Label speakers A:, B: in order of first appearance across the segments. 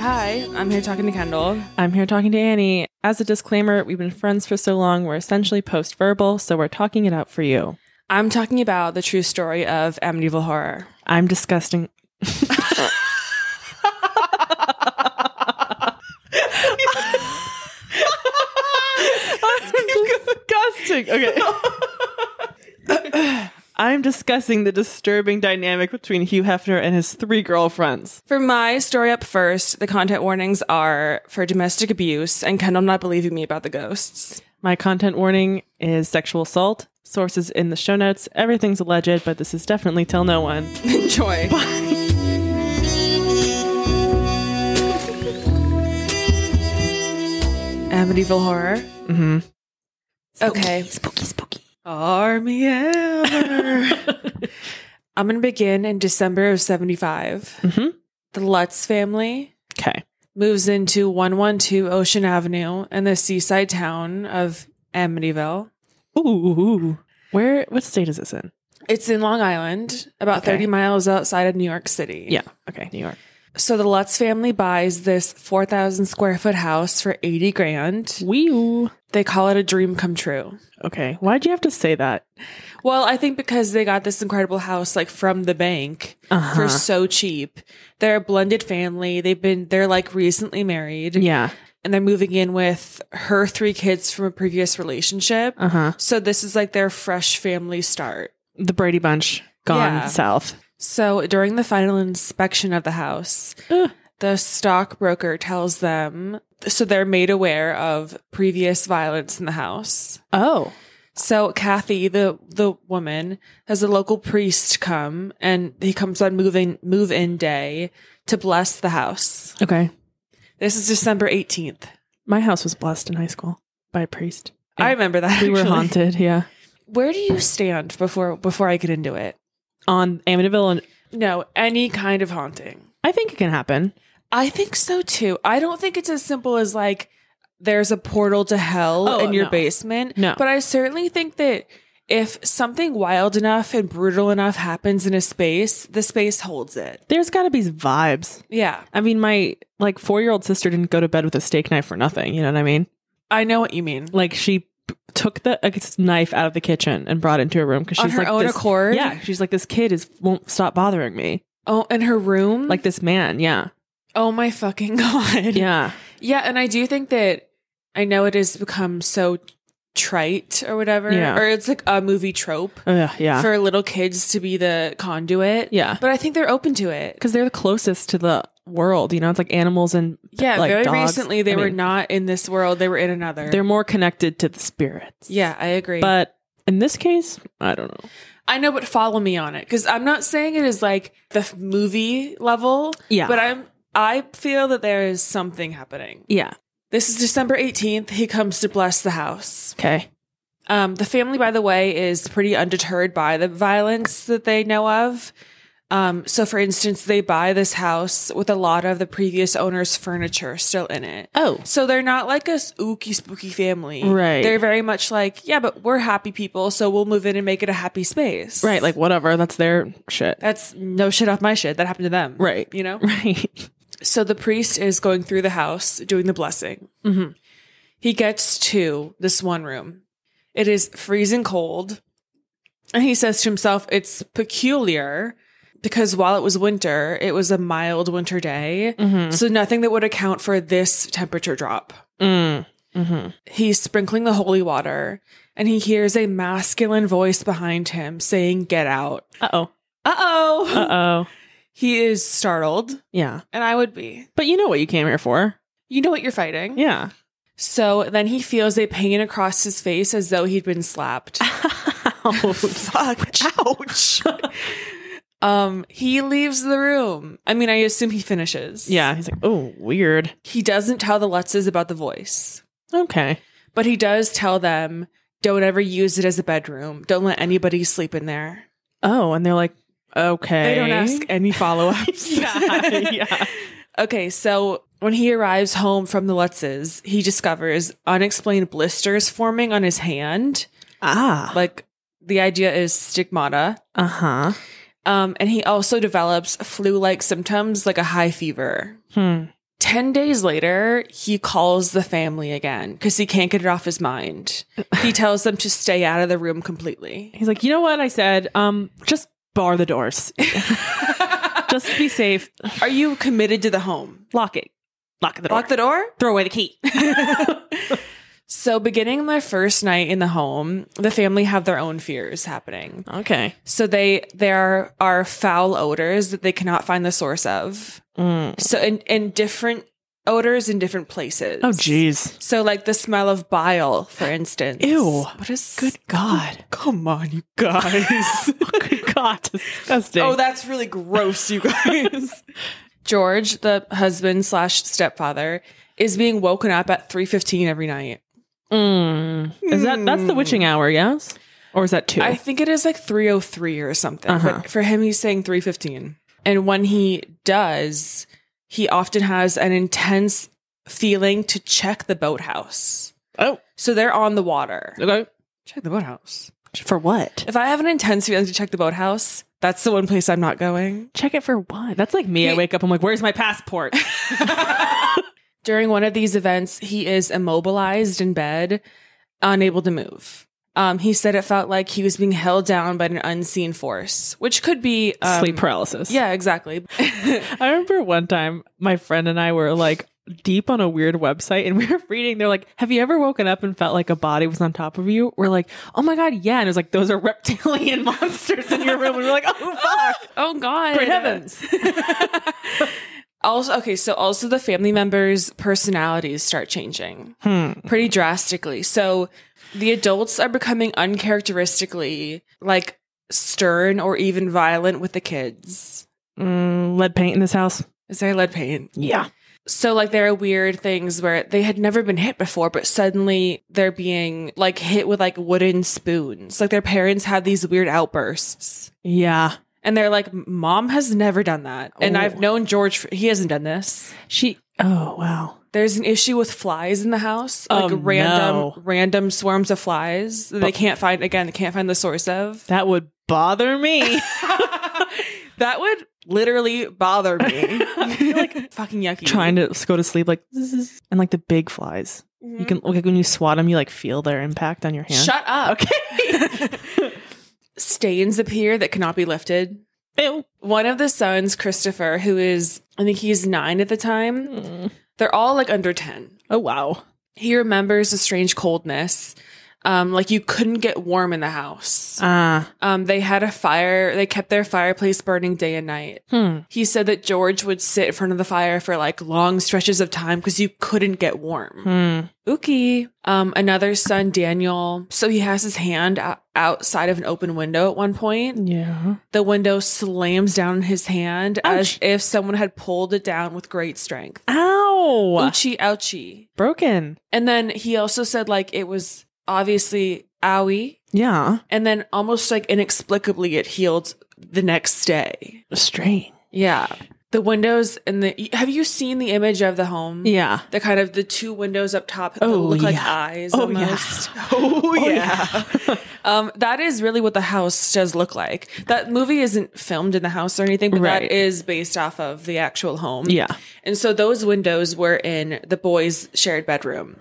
A: I'm here talking to Kendall.
B: I'm here talking to Annie. As a disclaimer, we've been friends for so long, we're essentially post verbal, so we're talking it out for you.
A: I'm talking about the true story of medieval horror.
B: I'm disgusting. disgusting. Okay. I'm discussing the disturbing dynamic between Hugh Hefner and his three girlfriends.
A: For my story up first, the content warnings are for domestic abuse and Kendall not believing me about the ghosts.
B: My content warning is sexual assault. Sources in the show notes. Everything's alleged, but this is definitely tell no one.
A: Enjoy. medieval horror.
B: hmm
A: Okay.
B: Spooky, spooky.
A: Army ever. I'm going to begin in December of 75.
B: Mhm.
A: The Lutz family
B: Okay.
A: moves into 112 Ocean Avenue in the seaside town of Amityville.
B: Ooh. Where? What state is this in?
A: It's in Long Island, about
B: Okay.
A: 30 miles outside of New York City.
B: Yeah. Okay. New York.
A: So the Lutz family buys this 4,000 square foot house for 80 grand.
B: Wee.
A: They call it a dream come true.
B: Okay. Why'd you have to say that?
A: Well, I think because they got this incredible house like from the bank
B: Uh-huh.
A: for so cheap. They're a blended family. They've been they're like recently married
B: Yeah.
A: and they're moving in with her three kids from a previous relationship.
B: Uh huh.
A: So this is like their fresh family start.
B: The Brady Bunch gone
A: Yeah.
B: south.
A: So during the final inspection of the house,
B: Ugh.
A: the stockbroker tells them so they're made aware of previous violence in the house.
B: Oh.
A: So Kathy, the the woman, has a local priest come and he comes on moving move in day to bless the house.
B: Okay.
A: This is December eighteenth.
B: My house was blessed in high school by a priest.
A: I remember that.
B: We were
A: actually.
B: haunted. Yeah.
A: Where do you stand before before I get into it?
B: On Amityville, and
A: No, any kind of haunting.
B: I think it can happen.
A: I think so too. I don't think it's as simple as like there's a portal to hell
B: Oh,
A: in your
B: no.
A: basement.
B: No.
A: But I certainly think that if something wild enough and brutal enough happens in a space, the space holds it.
B: There's got to be vibes.
A: Yeah.
B: I mean, my like four year old sister didn't go to bed with a steak knife for nothing. You know what I mean?
A: I know what you mean.
B: Like she p- took the like, s- knife out of the kitchen and brought it into her room because
A: On
B: she's
A: her
B: like
A: own
B: this-
A: accord?
B: Yeah, she's like this kid is won't stop bothering me.
A: Oh, in her room?
B: Like this man. Yeah,
A: oh my fucking God.
B: yeah.
A: Yeah. And I do think that I know it has become so trite or whatever.
B: Yeah.
A: Or it's like a movie trope
B: Ugh, yeah.
A: for little kids to be the conduit.
B: Yeah.
A: But I think they're open to it.
B: Because they're the closest to the world, you know? It's like animals and
A: Yeah,
B: like
A: very
B: dogs.
A: recently they
B: I
A: were
B: mean,
A: not in this world; they were in another.
B: They're more connected to the spirits.
A: yeah, I agree.
B: But in this case, I don't know.
A: I know, but follow me on it because I'm not saying it is like the f- movie level.
B: Yeah.
A: but I'm. I feel that there is something happening.
B: Yeah.
A: This is December 18th. He comes to bless the house.
B: Okay.
A: Um, the family, by the way, is pretty undeterred by the violence that they know of. Um, so, for instance, they buy this house with a lot of the previous owner's furniture still in it.
B: Oh.
A: So they're not like a s- ooky spooky family.
B: Right.
A: They're very much like, yeah, but we're happy people, so we'll move in and make it a happy space.
B: Right. Like, whatever. That's their shit.
A: that's no shit off my shit. That happened to them.
B: Right.
A: You know?
B: Right.
A: So the priest is going through the house doing the blessing.
B: Mhm.
A: He gets to this one room. It is freezing cold. And he says to himself, it's peculiar because while it was winter, it was a mild winter day.
B: Mm
A: So nothing that would account for this temperature drop.
B: hmm. Mm hmm.
A: He's sprinkling the holy water and he hears a masculine voice behind him saying, Get out.
B: Uh oh.
A: Uh
B: Uh
A: oh.
B: oh.
A: He is startled,
B: Yeah.
A: and I would be.
B: But you know what you came here for.
A: You know what you're fighting.
B: Yeah.
A: So then he feels a pain across his face as though he'd been slapped.
B: oh, fuck. Ouch.
A: um, he leaves the room. I mean, I assume he finishes.
B: yeah. He's like, oh, weird.
A: He doesn't tell the Lutzes about the voice,
B: Okay.
A: but he does tell them, Don't ever use it as a bedroom. Don't let anybody sleep in there. Eh?
B: Oh, and they're like, okay.
A: They don't ask any follow ups.
B: yeah, yeah.
A: Okay, so when he arrives home from the Lutzes, he discovers unexplained blisters forming on his hand.
B: Ah.
A: Like the idea is stigmata.
B: Uh huh.
A: Um, and he also develops flu like symptoms like a high fever.
B: Hmm.
A: 10 days later, he calls the family again because he can't get it off his mind. He tells them to stay out of the room completely.
B: He's like, you know what I said? Um, just bar the doors. just be safe.
A: Are you committed to the home?
B: Lock it. Lock the door.
A: Lock the door?
B: Throw away the key.
A: So, beginning my first night in the home, the family have their own fears happening.
B: okay.
A: So they there are foul odors that they cannot find the source of.
B: Mm.
A: So and and different odors in different places.
B: Oh, jeez.
A: So like the smell of bile, for instance.
B: Ew.
A: What is
B: Good God.
A: Come on, you guys.
B: Good God. Disgusting.
A: oh, that's really gross, you guys. George, the husband slash stepfather, is being woken up at three fifteen every night.
B: Mm. Is that that's
A: hmm.
B: the witching hour? Yes, or is that two?
A: I think it is like 303 or something. But for him, he's saying 315. And when he does, he often has an intense feeling to check the boathouse.
B: oh,
A: So they're on the water.
B: okay.
A: Check the boathouse.
B: For what?
A: If I have an intense feeling to check the boathouse, that's the one place I'm not going.
B: Check it for what? That's like me. I
A: He-
B: wake up. I'm like, where's my passport?
A: During one of these events, he is immobilized in bed, unable to move. Um, he said it felt like he was being held down by an unseen force, which could be um,
B: Sleep paralysis.
A: Yeah, exactly.
B: I remember one time my friend and I were like deep on a weird website and we were reading. They're like, Have you ever woken up and felt like a body was on top of you? We're like, Oh my God, yeah. And it was like, Those are reptilian monsters in your room. And we're like, Oh, fuck.
A: Oh God!
B: Great heavens.
A: Also, okay, so also the family members' personalities start changing pretty drastically. So the adults are becoming uncharacteristically like stern or even violent with the kids.
B: Mm, lead paint in this house.
A: Is there lead paint?
B: Yeah.
A: So like there are weird things where they had never been hit before, but suddenly they're being like hit with like wooden spoons. Like their parents had these weird outbursts.
B: Yeah.
A: And they're like, Mom has never done that. And
B: Oh.
A: I've known George, for, he hasn't done this.
B: She, oh, wow.
A: There's an issue with flies in the house, like
B: Oh,
A: random,
B: no.
A: random swarms of flies that they can't find. Again, they can't find the source of.
B: That would bother me.
A: That would literally bother me. like fucking yucky.
B: trying to s- go to sleep like zzz, and like the big flies
A: Mm-hmm.
B: you can like when you swat them you like feel their impact on your hand
A: shut up.
B: okay
A: Stains appear that cannot be lifted.
B: Ew.
A: One of the sons, Christopher, who is I think he's nine at the time. They're all like under ten.
B: oh wow
A: He remembers a strange coldness. Um, like you couldn't get warm in the house.
B: ah
A: Um, they had a fire. They kept their fireplace burning day and night.
B: hmm.
A: He said that George would sit in front of the fire for like long stretches of time because you couldn't get warm.
B: Hmm.
A: Ookie. Um, another son, Daniel. So he has his hand o- outside of an open window at one point.
B: yeah
A: The window slams down in his hand
B: Ouch.
A: as if someone had pulled it down with great strength.
B: ow
A: Ouchie, ouchie.
B: broken
A: And then he also said like it was obviously owie.
B: yeah
A: And then almost like inexplicably, it healed the next day.
B: strange
A: Yeah. The windows and the have you seen the image of the home?
B: yeah
A: The kind of the two windows up top that
B: Oh,
A: look like
B: yeah.
A: eyes
B: Oh, yeah.
A: almost. Oh um that is really what the house does look like. That movie isn't filmed in the house or anything, but
B: Right.
A: that is based off of the actual home.
B: yeah
A: And so those windows were in the boys' shared bedroom.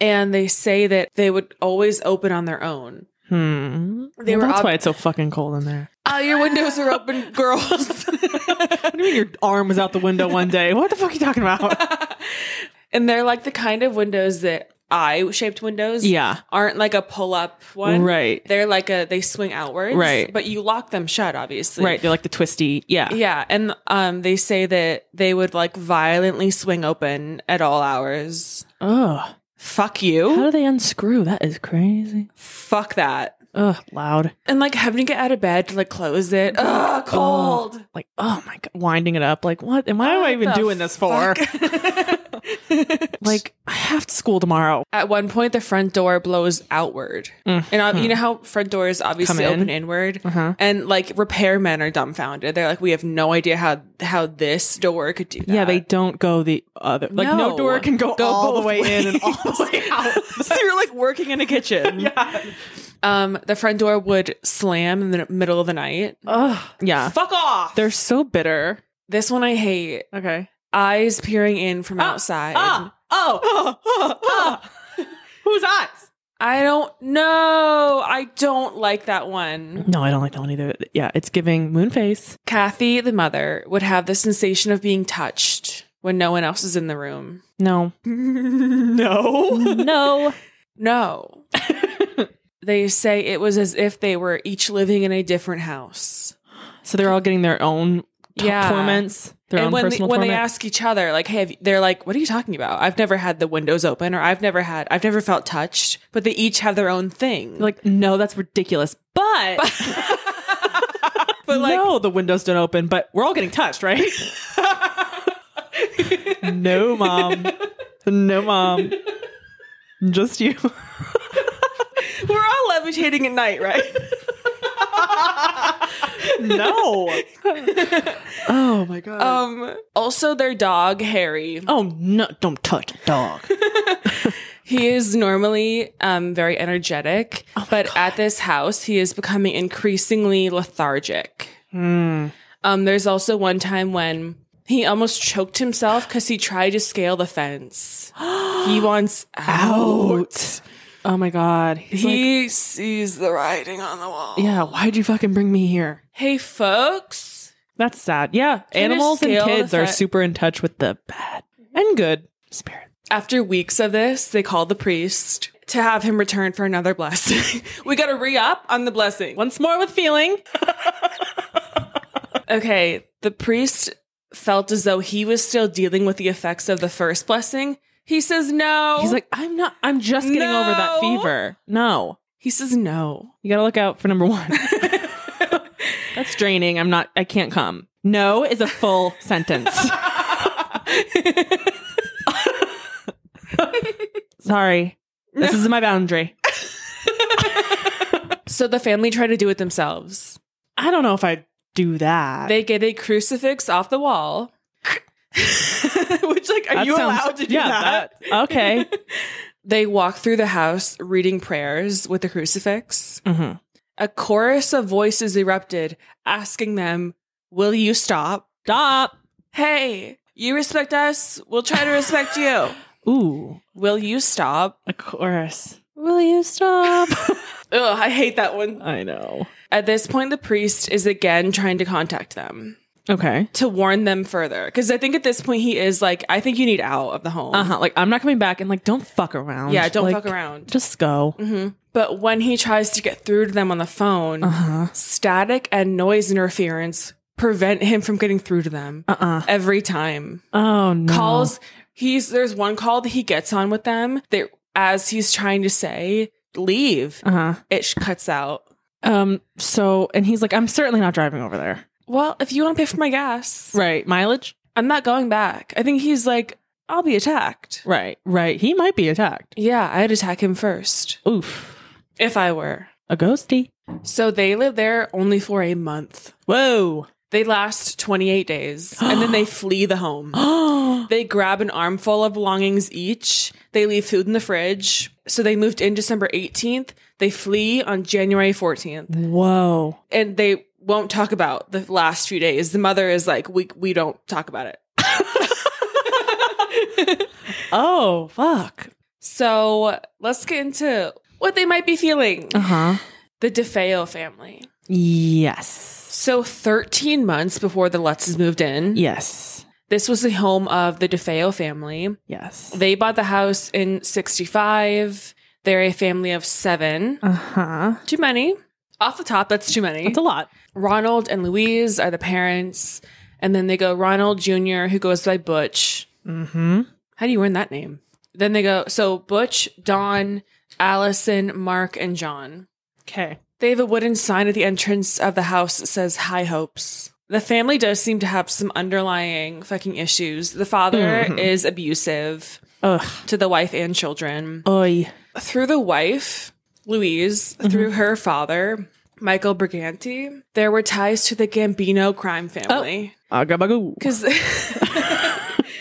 A: and they say that they would always open on their own.
B: hmm
A: They
B: Well,
A: were
B: that's
A: ob-
B: why it's so fucking cold in there
A: Ah, your windows are open, girls.
B: what do you mean your arm was out the window one day what the fuck are you talking about
A: And they're like the kind of windows that I shaped windows
B: yeah
A: aren't like a pull up one.
B: right
A: They're like a they swing outwards.
B: Right.
A: But you lock them shut, obviously.
B: right they're like the twisty yeah
A: Yeah. And um they say that they would like violently swing open at all hours.
B: oh
A: Fuck
B: how
A: you.
B: do they unscrew that is crazy
A: Fuck that.
B: Ugh, loud
A: And like having to get out of bed to like close it. Ugh, cold.
B: Oh, like, oh my god, winding it up. Like, what am I,
A: What
B: even
A: the
B: doing this for? like, I have to school tomorrow.
A: At one point, the front door blows outward, and uh, you know how front doors obviously
B: Mm. Hmm. Come in.
A: open inward,
B: Uh-huh.
A: and like repairmen are dumbfounded. They're like, "We have no idea how how this door could do that."
B: Yeah, they don't go the other. Like, no,
A: No.
B: door can go,
A: Go
B: all the
A: both
B: way in and all
A: ways.
B: the way out.
A: so you're like working in a kitchen.
B: yeah.
A: Um, the front door would slam in the middle of the night.
B: Ugh. Yeah.
A: Fuck off.
B: They're so bitter.
A: This one I hate.
B: Okay.
A: Eyes peering in from
B: Ah,
A: outside.
B: oh, Who's eyes?
A: I don't know. I don't like that one.
B: No, I don't like that one either. Yeah, it's giving moon face.
A: Kathy, the mother, would have the sensation of being touched when no one else is in the room.
B: No.
A: No.
B: No.
A: No. they say it was as if they were each living in a different house.
B: so they're all getting their own t-
A: Yeah.
B: torments, their own
A: and when, the,
B: personal
A: when they
B: torment.
A: ask each other, like, hey, have you- they're like, what are you talking about? I've never had the windows open or I've never had, I've never felt touched, but they each have their own thing.
B: They're like, no, that's ridiculous. But,
A: but like,
B: no, the windows don't open, but we're all getting touched, right? no, mom. No, mom. Just you.
A: we're all levitating at night, right?
B: no. oh my god.
A: um, also, their dog, Harry,
B: oh no! Don't touch the dog.
A: he is normally um, very energetic, but at this house, he is becoming increasingly lethargic. Um, there's also one time when he almost choked himself because he tried to scale the fence. he wants out.
B: Out. Oh my god. He's like,
A: He sees the writing on the wall.
B: yeah. Why'd you fucking bring me here?
A: Hey, folks.
B: That's sad. Yeah, animals and
A: scale
B: kids
A: the
B: are
A: fa-
B: super in touch with the bad and good spirit.
A: After weeks of this, they called the priest to have him return for another blessing. we got to re up on the blessing.
B: Once more with feeling.
A: Okay, the priest felt as though he was still dealing with the effects of the first blessing. He says no.
B: He's like, I'm not. I'm just getting over that
A: No.
B: fever. No,
A: he says no.
B: you gotta look out for number one. That's draining. I'm not. I can't come. No is a full sentence. Sorry. This is my boundary.
A: So the family try to do it themselves.
B: I don't know if I do that.
A: They get a crucifix off the wall. Which, like, are
B: That
A: you
B: sounds-
A: allowed to do
B: yeah,
A: that?
B: that- okay.
A: They walk through the house reading prayers with the crucifix.
B: Mhm.
A: A chorus of voices erupted, asking them, Will you stop?
B: Stop.
A: Hey, you respect us, we'll try to respect you.
B: Ooh,
A: Will you stop?
B: a chorus. Will you stop?
A: Ugh, I hate that one.
B: I know.
A: At this point, the priest is again trying to contact them
B: Okay.
A: to warn them further. Because I think at this point, he is like, I think you need out of the home.
B: Uh huh. Like I'm not coming back, and like don't fuck around. Mm-hmm.
A: Yeah, don't
B: Like,
A: fuck around.
B: Just go.
A: But when he tries to get through to them on the phone,
B: Uh-huh.
A: static and noise interference prevent him from getting through to them
B: Uh-uh.
A: every time.
B: Oh no.
A: Calls, he's, there's one call that he gets on with them that as he's trying to say, leave,
B: Uh huh.
A: it sh- cuts out.
B: Um. So, and he's like, I'm certainly not driving over there.
A: Well, if you want to pay for my gas,
B: Right. Mileage.
A: I'm not going back. I think he's like, I'll be attacked.
B: Right. Right. He might be attacked.
A: Yeah, I'd attack him first
B: Oof.
A: if I were.
B: A ghosty.
A: So they live there only for a month.
B: Whoa.
A: They last 28 days and then they flee the home.
B: Oh.
A: They grab an armful of belongings each. They leave food in the fridge. So they moved in December 18th. They flee on January 14th.
B: Whoa.
A: And they won't talk about the last few days. The mother is like, we, we don't talk about it.
B: Oh. Fuck.
A: So let's get into what they might be feeling.
B: Uh huh.
A: The DeFeo family.
B: Yes.
A: So 13 months before the Lutzes moved in,
B: Yes.
A: this was the home of the DeFeo family.
B: Yes.
A: They bought the house in 65. They're a family of seven.
B: Uh huh.
A: Too many. Off the top, that's too many.
B: It's a lot.
A: Ronald and Louise are the parents. And then they go Ronald Jr., who goes by Butch.
B: Mm-hmm.
A: How do you learn that name? Then they go, so Butch, Don, Allison, Mark, and John.
B: Okay.
A: They have a wooden sign at the entrance of the house that says High Hopes. The family does seem to have some underlying fucking issues. The father is abusive
B: Ugh.
A: to the wife and children.
B: Oy.
A: Through the wife, Louise, through
B: Mm-hmm.
A: her father, Michael Briganti, there were ties to the Gambino crime family.
B: Oh. Agabagoo.
A: Because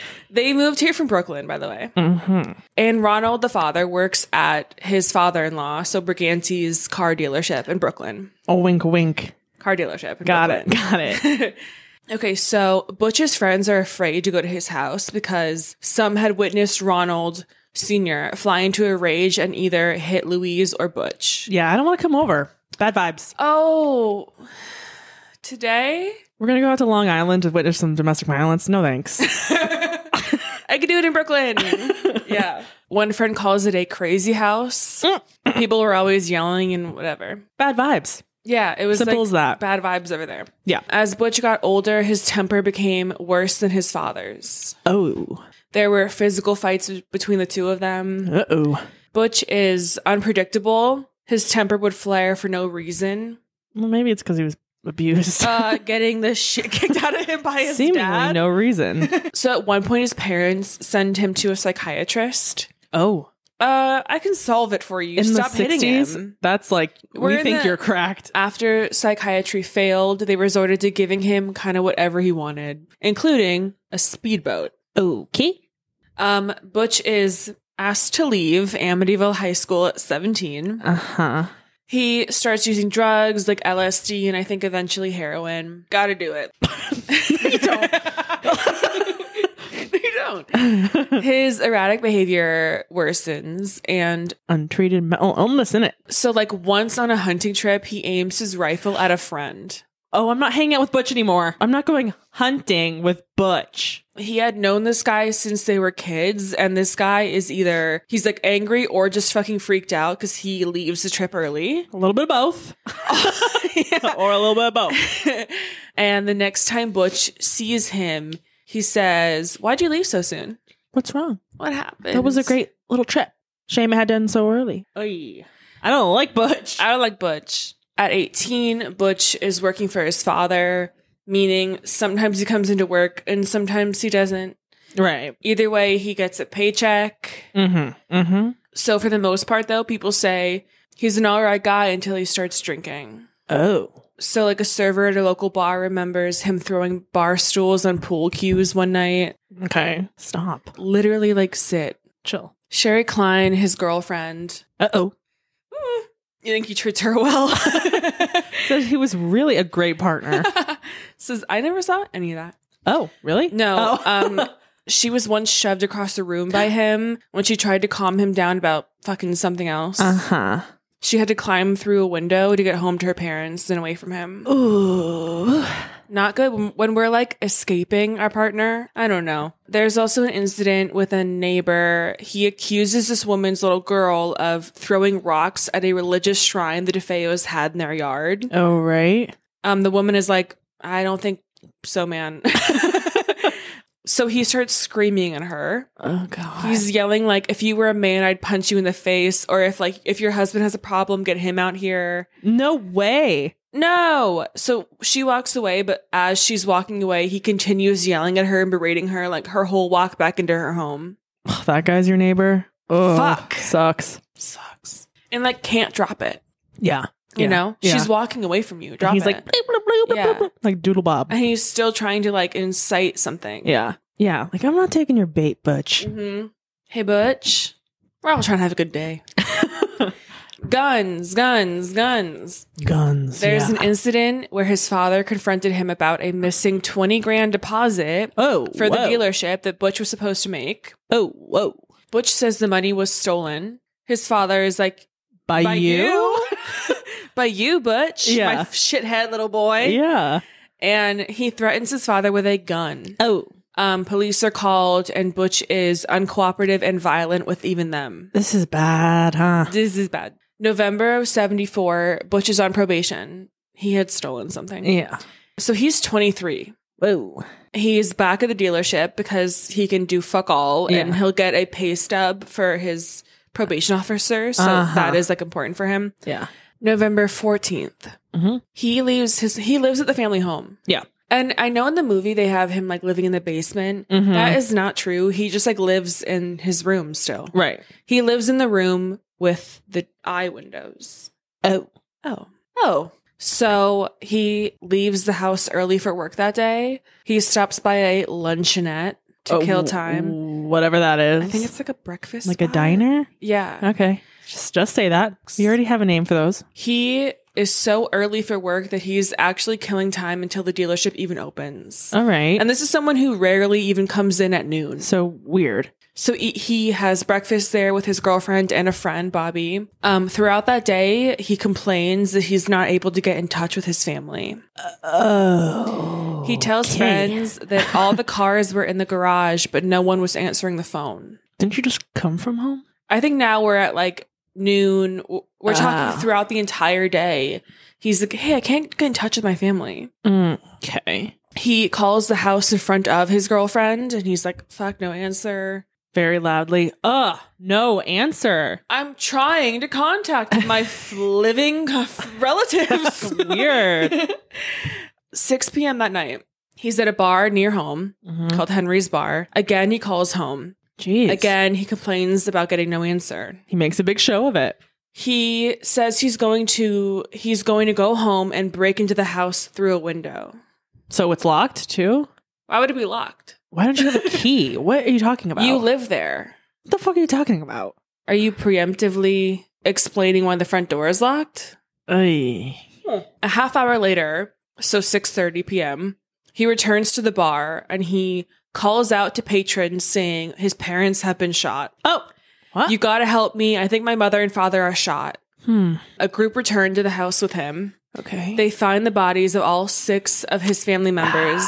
A: they moved here from Brooklyn, by the way.
B: Mm-hmm.
A: And Ronald, the father, works at his father in law, so Briganti's car dealership in Brooklyn.
B: Oh, wink, wink.
A: car dealership. in
B: Got it.
A: Brooklyn.
B: Got it.
A: Okay, so Butch's friends are afraid to go to his house because some had witnessed Ronald Sr. fly into a rage and either hit Louise or Butch.
B: Yeah, I don't want to come over. Bad vibes.
A: Oh, today?
B: We're gonna go out to Long Island to witness some domestic violence. No thanks.
A: I could do it in Brooklyn. yeah. One friend calls it a crazy house.
B: Mm.
A: People were always yelling and whatever.
B: Bad vibes.
A: Yeah, it was
B: Simple
A: like
B: as that.
A: bad vibes over there.
B: Yeah.
A: As Butch got older, his temper became worse than his father's.
B: Oh.
A: There were physical fights between the two of them.
B: Uh oh.
A: Butch is unpredictable. His temper would flare for no reason.
B: Well, maybe it's because he was abused.
A: Uh, getting the shit kicked out of him by his
B: Seemingly
A: dad.
B: no reason.
A: So at one point, his parents send him to a psychiatrist.
B: oh.
A: Uh, I can solve it for you.
B: In
A: Stop
B: the
A: hitting
B: 60s,
A: him.
B: that's like,
A: We're
B: we
A: in
B: think
A: the-
B: you're cracked.
A: After psychiatry failed, they resorted to giving him kind of whatever he wanted, including a speedboat.
B: Okay.
A: Um, Butch is asked to leave Amityville High School at 17.
B: Uh huh.
A: He starts using drugs like LSD and I think eventually heroin. Gotta do it. you don't. you don't. His erratic behavior worsens. And
B: Untreated mental illness in it.
A: so, like, once on a hunting trip, he aims his rifle at a friend.
B: Oh, I'm not hanging out with Butch anymore. I'm not going hunting with Butch.
A: He had known this guy since they were kids, and this guy is either he's like angry or just fucking freaked out because he leaves the trip early.
B: A little bit of both, or a little bit of both.
A: and the next time Butch sees him, he says, Why'd you leave so soon?
B: What's wrong?
A: What happened?
B: That was a great little trip. Shame I had done so early. Oy. I don't like Butch.
A: I don't like Butch. At 18, Butch is working for his father, meaning sometimes he comes into work and sometimes he doesn't.
B: right.
A: Either way, he gets a paycheck.
B: Mm-hmm. Mm-hmm.
A: So, for the most part, though, people say he's an all right guy until he starts drinking.
B: Oh.
A: So, like a server at a local bar remembers him throwing bar stools on pool cues one night.
B: Okay. Stop.
A: Literally, like, sit.
B: Chill.
A: Sherry Klein, his girlfriend,
B: Uh oh.
A: you think he treats her well?
B: Said he was really a great partner.
A: Says, I never saw any of that.
B: oh, really?
A: No.
B: Oh.
A: Um, she was once shoved across the room by him when she tried to calm him down about fucking something else. Uh-huh.
B: Uh
A: She had to climb through a window to get home to her parents and away from him.
B: huh. Ooh.
A: Not good when- when we're like escaping our partner. I don't know. There's also an incident with a neighbor. He accuses this woman's little girl of throwing rocks at a religious shrine the DeFeos had in their yard.
B: Oh right.
A: Um, the woman is like, I don't think so, man. so he starts screaming at her.
B: Oh god.
A: He's yelling like, if you were a man, I'd punch you in the face, or if like if your husband has a problem, get him out here.
B: no way.
A: No. So she walks away, but as she's walking away, he continues yelling at her and berating her like her whole walk back into her home.
B: Ugh, that guy's your neighbor. Ugh,
A: Fuck.
B: Sucks.
A: Sucks. And like can't drop it.
B: Yeah.
A: You
B: Yeah.
A: know?
B: Yeah.
A: She's walking away from you. Drop
B: he's
A: it.
B: like "Bleep, bleep, bleep, bleep,
A: Yeah.
B: bleep," like doodle bob.
A: and he's still trying to like incite something.
B: Yeah. Yeah. Like I'm not taking your bait, Butch.
A: hmm Hey, Butch. We're all trying to have a good day. guns, guns, guns.
B: Guns.
A: There's
B: yeah.
A: an incident where his father confronted him about a missing 20 grand deposit
B: oh
A: for the
B: whoa.
A: dealership that Butch was supposed to make.
B: Oh whoa.
A: Butch says the money was stolen. His father is like,
B: By,
A: By you? By you, Butch, my
B: Yeah.
A: f- shithead little boy.
B: yeah.
A: And he threatens his father with a gun.
B: Oh,
A: Um, police are called, and Butch is uncooperative and violent with even them.
B: this is bad, huh?
A: This is bad. November of 74, Butch is on probation. He had stolen something.
B: Yeah.
A: So he's 23.
B: Whoa.
A: He's back at the dealership because he can do fuck all and
B: Yeah.
A: he'll get a pay stub for his probation officer. So
B: Uh-huh.
A: that is like important for him.
B: Yeah.
A: November 14th.
B: Mhm.
A: He leaves his he lives at the family home.
B: Yeah.
A: And I know in the movie they have him like living in the basement.
B: Mhm.
A: That is not true. He just like lives in his room still.
B: Right.
A: He lives in the room with the eye windows.
B: Oh.
A: Oh. Oh. So he leaves the house early for work that day. He stops by a luncheonette to
B: Oh,
A: kill time.
B: Whatever that is.
A: I think it's like a breakfast.
B: like a
A: spot.
B: diner.
A: Yeah.
B: Okay. Just just say that. You already have a name for those.
A: He is so early for work that he's actually killing time until the dealership even opens.
B: All right.
A: And this is someone who rarely even comes in at noon.
B: so weird.
A: So he- he has breakfast there with his girlfriend and a friend, Bobby. Um, throughout that day, he complains that he's not able to get in touch with his family.
B: Oh.
A: He tells friends that all the cars were in the garage, but no one was answering the phone.
B: Didn't you just come from home?
A: I think now we're at like noon. W- We're talking
B: Ah.
A: throughout the entire day. He's like, hey, I can't get in touch with my family.
B: Mm, Okay.
A: He calls the house in front of his girlfriend and he's like, fuck, no answer.
B: Very loudly. Ugh. No answer.
A: I'm trying to contact my f- living relatives.
B: Weird.
A: 6 p.m. that night. He's at a bar near home
B: Mhm.
A: called Henry's Bar. Again, he calls home.
B: Jeez.
A: Again, he complains about getting no answer.
B: He makes a big show of it.
A: He says he's going to he's going to go home and break into the house through a window.
B: So it's locked too?
A: Why would it be locked?
B: Why don't you have a key? what are you talking about?
A: You live there.
B: what the fuck are you talking about?
A: Are you preemptively explaining why the front door is locked?
B: Ay.
A: A half hour later, so 6:30 p.m., he returns to the bar and he calls out to patrons saying his parents have been shot.
B: Oh. What?
A: You got to help me. I think my mother and father are shot.
B: hmm.
A: A group returned to the house with him.
B: Okay.
A: They find the bodies of all six of his family members,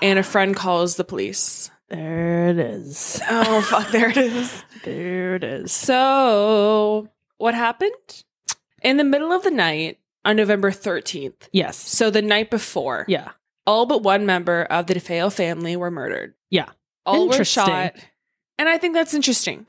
A: and a friend calls the police.
B: there it is.
A: Oh, fuck, there it is.
B: There it is.
A: So, what happened? In the middle of the night on November 13th,
B: Yes.
A: so the night before,
B: Yeah.
A: all but one member of the DeFeo family were murdered.
B: Yeah.
A: All were
B: Interesting.
A: shot. And I think that's interesting.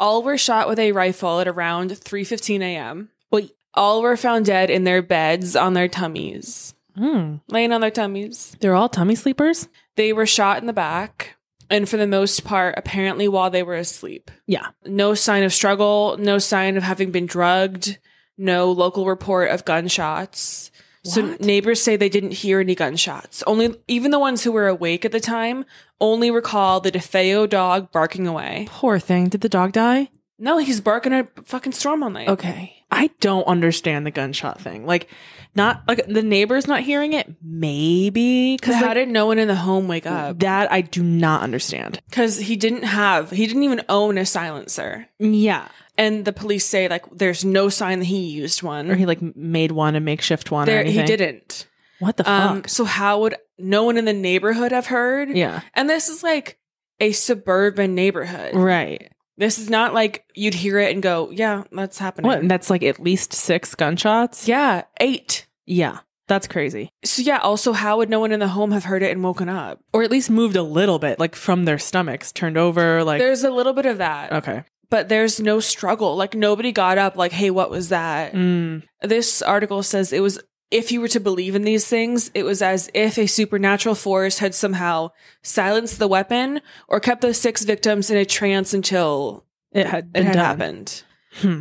A: all were shot with a rifle at around 3:15 a.m.
B: Wait.
A: All were found dead in their beds on their tummies,
B: Hmm.
A: laying on their tummies.
B: They're all tummy sleepers?
A: They were shot in the back and for the most part apparently while they were asleep.
B: Yeah.
A: No sign of struggle, no sign of having been drugged, no local report of gunshots. So
B: What?
A: neighbors say they didn't hear any gunshots. Only even the ones who were awake at the time only recall the DeFeo dog barking away.
B: Poor thing. Did the dog die?
A: No, he's barking a fucking storm all night.
B: Okay. I don't understand the gunshot thing. Like, not like the neighbors not hearing it, maybe
A: Because
B: because
A: how did no one in the home wake up?
B: that I do not understand.
A: Because he didn't have, he didn't even own a silencer.
B: Yeah,
A: And the police say like, there's no sign that he used
B: or
A: one.
B: he like made one a makeshift one. or
A: There, he
B: anything.
A: didn't.
B: What the
A: Um,
B: fuck?
A: so how would no one in the neighborhood have heard?
B: Yeah,
A: And this is like a suburban neighborhood.
B: right.
A: This is not like you'd hear it and go, yeah, that's happening.
B: What? And that's like at least six gunshots.
A: Yeah, eight.
B: yeah, that's crazy.
A: So yeah, also how would no one in the home have heard it and woken up?
B: Or at least moved a little bit, like from their stomachs, turned over. Like,
A: there's a little bit of that,
B: okay,
A: but there's no struggle. Like nobody got up like, hey, what was that?
B: mm,
A: This article says it was if you were to believe in these things, it was as if a supernatural force had somehow silenced the weapon or kept the six victims in a trance until
B: it had
A: it
B: been
A: had
B: done.
A: happened.
B: Hmm.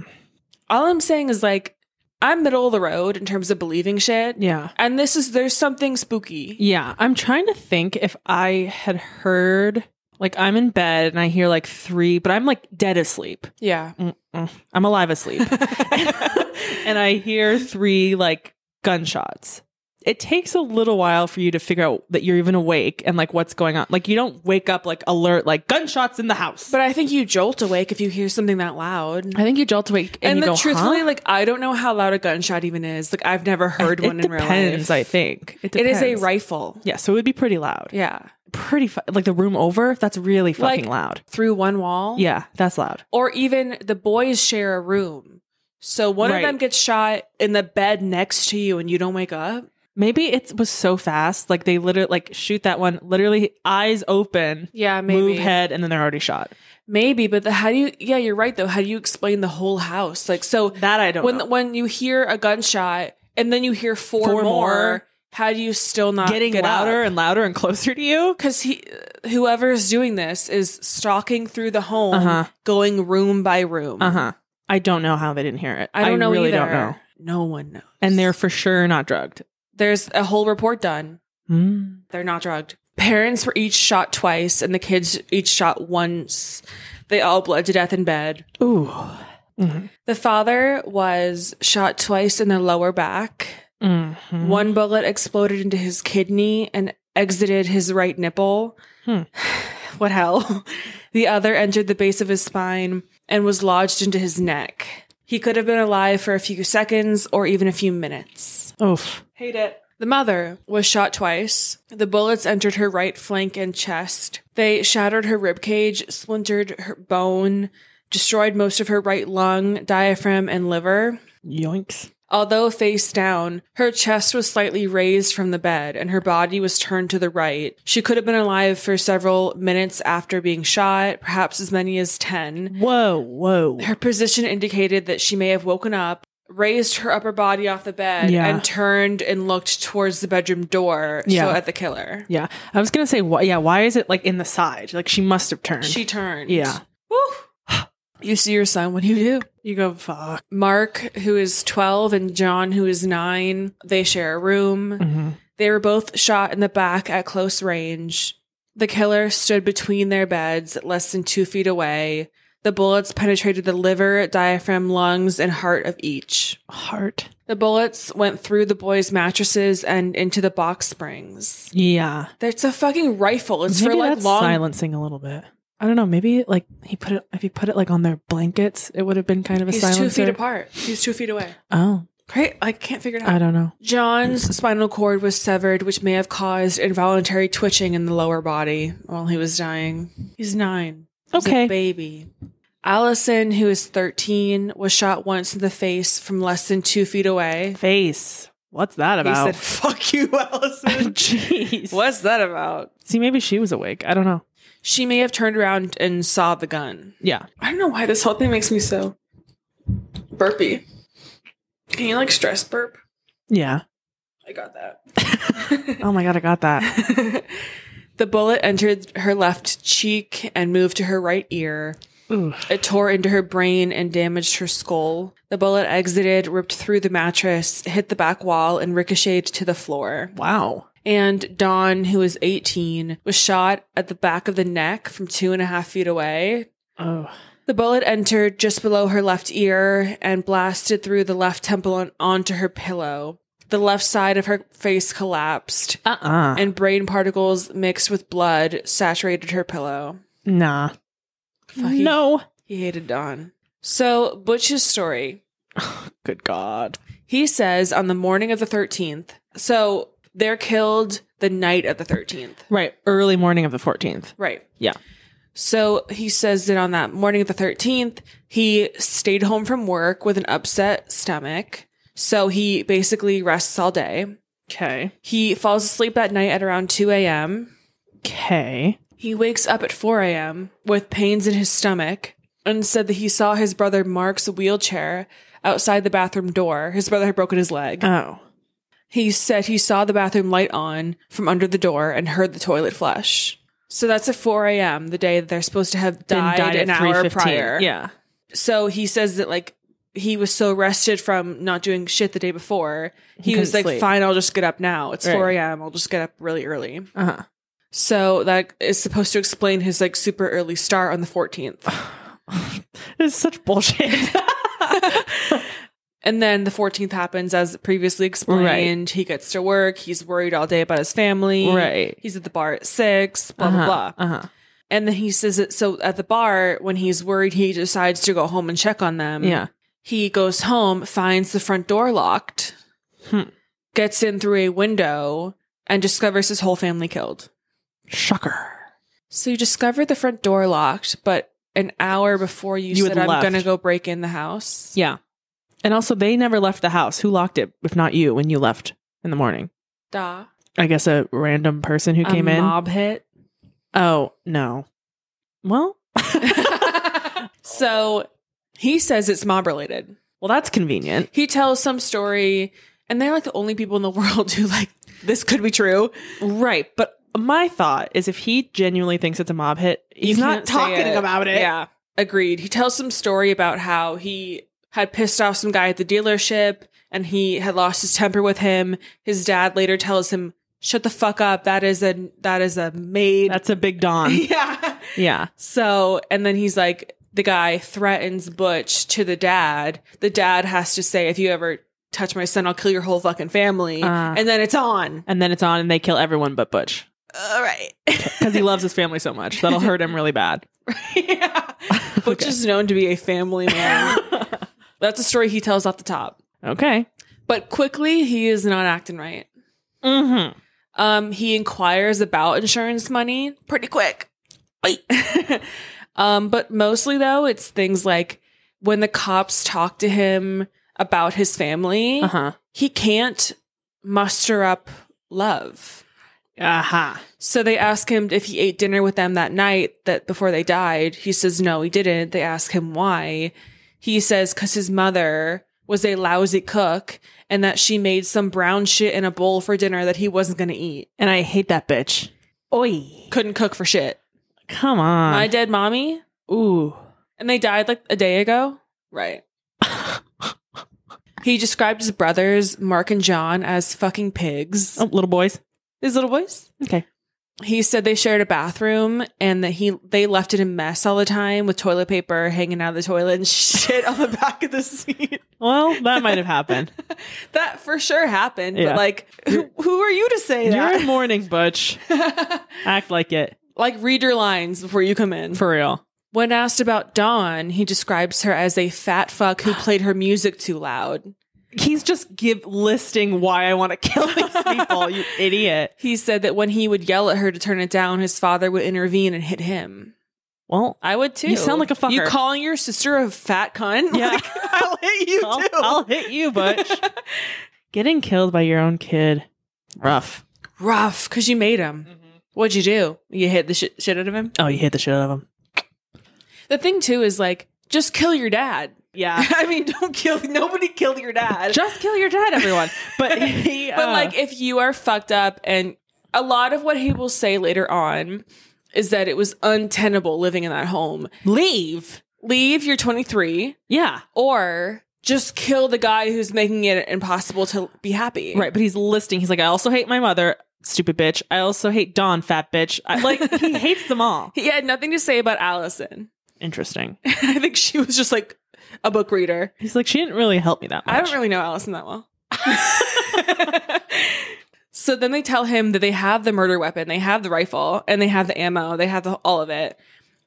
A: All I'm saying is like I'm middle of the road in terms of believing shit.
B: Yeah,
A: And this is there's something spooky.
B: Yeah, I'm trying to think if I had heard like I'm in bed and I hear like three, but I'm like dead asleep.
A: Yeah.
B: Mm-mm. I'm alive asleep, and I hear three like gunshots. It takes a little while for you to figure out that you're even awake and like what's going on. Like you don't wake up like alert, like gunshots in the house.
A: But I think you jolt awake if you hear something that loud.
B: I think you jolt awake and,
A: And,
B: you
A: the
B: go,
A: truthfully,
B: huh?
A: like I don't know how loud a gunshot even is. Like I've never heard one
B: it
A: in
B: depends.
A: real life.
B: I think it,
A: It is a
B: depends.
A: rifle.
B: Yeah, so it would be pretty loud.
A: Yeah.
B: Pretty fu- like the room over. That's really fucking
A: Like-
B: loud.
A: Through one wall.
B: Yeah, that's loud.
A: Or even the boys share a room. So one
B: Right.
A: of them gets shot in the bed next to you and you don't wake up.
B: Maybe it was so fast, like they literally like shoot that one, literally eyes open,
A: Yeah,
B: move head, and then they're already shot.
A: Maybe, but the, how do you? Yeah, you're right though. How do you explain the whole house? Like so,
B: That I don't
A: when
B: know.
A: when you hear a gunshot and then you hear four,
B: Four
A: more,
B: more.
A: how do you still not
B: Getting louder and louder and closer to you.
A: Because he, whoever's doing this, is stalking through the home,
B: Uh-huh.
A: going room by room.
B: Uh huh. I don't know how they didn't hear it.
A: I don't know
B: really
A: either.
B: don't know.
A: No one knows.
B: And they're for sure not drugged.
A: there's a whole report done.
B: Mm.
A: They're not drugged. Parents were each shot twice, and the kids each shot once. They all bled to death in bed.
B: Ooh. Mhm.
A: The father was shot twice in the lower back.
B: Mhm.
A: One bullet exploded into his kidney and exited his right nipple.
B: Hmm.
A: what hell? The other entered the base of his spine and was lodged into his neck. He could have been alive for a few seconds or even a few minutes.
B: Oof.
A: Hate it. The mother was shot twice. The bullets entered her right flank and chest. They shattered her ribcage, splintered her bone, destroyed most of her right lung, diaphragm, and liver.
B: Yoinks.
A: Although face down, her chest was slightly raised from the bed and her body was turned to the right. She could have been alive for several minutes after being shot, perhaps as many as 10.
B: Whoa, whoa.
A: Her position indicated that she may have woken up, raised her upper body off the bed,
B: Yeah.
A: and turned and looked towards the bedroom door,
B: Yeah.
A: so at the killer.
B: Yeah, I was gonna say, why, yeah, why is it like in the side? Like she must have turned.
A: She turned.
B: yeah,
A: Woo. You see your son, what do you do?
B: you go fuck.
A: Mark, who is 12, and John, who is 9, they share a room.
B: Mhm.
A: They were both shot in the back at close range. The killer stood between their beds, less than two feet away. The bullets penetrated the liver, diaphragm, lungs, and heart of each.
B: Heart.
A: The bullets went through the boys' mattresses and into the box springs.
B: Yeah,
A: That's a fucking rifle. It's
B: maybe
A: for like
B: that's
A: long.
B: silencing a little bit. I don't know. Maybe like he put it if he put it like on their blankets, it would have been kind of a
A: He's
B: silencer.
A: two feet apart. He's two feet away.
B: Oh,
A: Great. I can't figure it out.
B: I don't know.
A: John's spinal cord was severed, which may have caused involuntary twitching in the lower body while he was dying. He's nine. He's a
B: Okay.
A: baby. Allison, who is 13, was shot once in the face from less than two feet away.
B: Face. What's that
A: He
B: about?
A: said, Fuck you, Allison.
B: Jeez.
A: What's that about?
B: See, maybe she was awake. I don't know.
A: She may have turned around and saw the gun.
B: Yeah.
A: I don't know why this whole thing makes me so burpy. Can you like stress burp?
B: Yeah.
A: I got that.
B: Oh my god, I got that.
A: the bullet entered her left cheek and moved to her right ear.
B: Ooh.
A: It tore into her brain and damaged her skull. The bullet exited, ripped through the mattress, hit the back wall, and ricocheted to the floor.
B: Wow.
A: And Dawn, who is 18, was shot at the back of the neck from two and a half feet away.
B: Oh.
A: The bullet entered just below her left ear and blasted through the left temple and onto her pillow. The left side of her face collapsed
B: Uh. uh
A: and brain particles mixed with blood saturated her pillow.
B: Nah.
A: Fucking-
B: No.
A: He hated Dawn. So, Butch's story.
B: Good God.
A: He says on the morning of the 13th. So, they're killed the night of the 13th.
B: Right. Early morning of the fourteenth.
A: Right.
B: Yeah.
A: So, he says that on that morning of the 13th, he stayed home from work with an upset stomach. So, he basically rests all day.
B: Okay.
A: He falls asleep that night at around 2 a.m.
B: Okay.
A: He wakes up at 4 a.m. with pains in his stomach and said that he saw his brother Mark's wheelchair outside the bathroom door. His brother had broken his leg.
B: Oh.
A: he said he saw the bathroom light on from under the door and heard the toilet flush. So that's at 4 a.m., the day that they're supposed to have died, an hour prior.
B: Yeah.
A: So he says that, like, he was so rested from not doing shit the day before. He, was
B: couldn't
A: like,
B: sleep.
A: fine, I'll just get up now. It's 4
B: Right.
A: a.m. I'll just get up really early.
B: Uh
A: So that is supposed to explain his like super early start on the 14th.
B: huh. this is such bullshit.
A: and then the 14th happens as previously explained. He gets to work. He's worried all day about his family.
B: Right.
A: He's at the bar at six, blah, blah, blah.
B: Uh huh.
A: And then he says that so at the bar, when he's worried, he decides to go home and check on them.
B: Yeah.
A: He goes home, finds the front door locked,
B: Hmm.
A: gets in through a window, and discovers his whole family killed.
B: Shocker.
A: So you discovered the front door locked, but an hour before you,
B: You
A: said,
B: had
A: "I'm
B: left.
A: going to go break in the house."
B: Yeah. And also, they never left the house. Who locked it, if not you, when you left in the morning?
A: Duh.
B: I guess a random person who
A: A
B: came in.
A: Mob hit.
B: Oh, no. Well,
A: so he says it's mob related.
B: well, that's convenient.
A: He tells some story, and they're like the only people in the world who like this could be true.
B: Right. But my thought is if he genuinely thinks it's a mob hit, he's
A: You
B: not
A: can't say
B: talking about it.
A: Yeah, agreed. He tells some story about how he had pissed off some guy at the dealership, and he had lost his temper with him. His dad later tells him, "Shut the fuck up. That is a that is a maid."
B: That's a big Don.
A: yeah.
B: yeah.
A: So, and then he's like, the guy threatens Butch to the dad, the dad has to say, if you ever touch my son, I'll kill your whole fucking family.
B: Ah.
A: and then it's on.
B: And then it's on and they kill everyone but Butch
A: All right.
B: because he loves his family so much. That'll hurt him really bad.
A: yeah. Butch is known to be a family man. That's a story he tells off the top.
B: Okay.
A: But quickly, he is not acting right.
B: Mm-hmm.
A: Um, he inquires about insurance money pretty quick. Wait. um, but mostly though, it's things like when the cops talk to him about his family,
B: Uh huh.
A: he can't muster up love.
B: Uh huh.
A: So they ask him if he ate dinner with them that night that before they died. He says no, he didn't. They ask him why. He says cuz his mother was a lousy cook and that she made some brown shit in a bowl for dinner that he wasn't going to eat
B: And I hate that bitch. Oi.
A: couldn't cook for shit.
B: Come on.
A: My dead mommy,
B: Ooh.
A: and they died like a day ago. Right. he described his brothers, Mark and John, as fucking pigs.
B: Oh, little boys.
A: His little boys.
B: Okay.
A: He said they shared a bathroom and that he they left it in mess all the time with toilet paper hanging out of the toilet and shit on the back of the seat.
B: Well, that might have happened.
A: That for sure happened.
B: Yeah.
A: But like, who, who are you to say
B: You're in
A: that?
B: mourning, Butch. Act like it.
A: like, read your lines before you come in.
B: For real.
A: When asked about Dawn, he describes her as a fat fuck who played her music too loud.
B: He's just give listing why I want to kill these people, you idiot.
A: He said that when he would yell at her to turn it down, his father would intervene and hit him.
B: Well,
A: I would too.
B: You sound like a fucker.
A: You calling your sister a fat cunt?
B: Yeah.
A: Like, I'll hit you
B: I'll,
A: too.
B: I'll hit you, Butch. Getting killed by your own kid. Rough.
A: Rough, because you made him. What'd you do? You hit the shit shit out of him?
B: Oh, you hit the shit out of him.
A: The thing too is like, just kill your dad.
B: Yeah.
A: I mean, don't kill, nobody killed your dad.
B: just kill your dad, everyone. But he,
A: But
B: uh,
A: like if you are fucked up and a lot of what he will say later on is that it was untenable living in that home.
B: leave.
A: Leave, you're 23,
B: Yeah.
A: or just kill the guy who's making it impossible to be happy.
B: Right, but he's listing. He's like, I also hate my mother, stupid bitch. I also hate Dawn, fat bitch. I, like he hates them all.
A: He had nothing to say about Allison.
B: Interesting.
A: I think she was just like a book reader.
B: He's like, she didn't really help me that much.
A: I don't really know Allison that well. so then they tell him that they have the murder weapon, they have the rifle, and they have the ammo, they have the, all of it.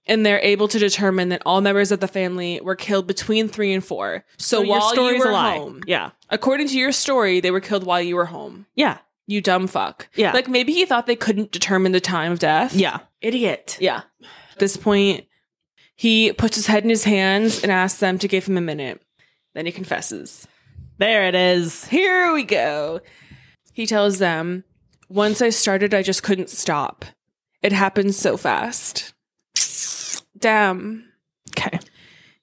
A: And they're able to determine that all members of the family were killed between three and four. So,
B: So your
A: while you
B: story's
A: were
B: a lie.
A: home,
B: Yeah,
A: according to your story, they were killed while you were home.
B: yeah,
A: You dumb fuck.
B: Yeah.
A: Like maybe he thought they couldn't determine the time of death.
B: yeah.
A: Idiot. Yeah. At this point, he puts his head in his hands and asks them to give him a minute. Then he confesses.
B: There it is.
A: Here we go. He tells them, Once I started, I just couldn't stop. It happened so fast. Damn.
B: Okay.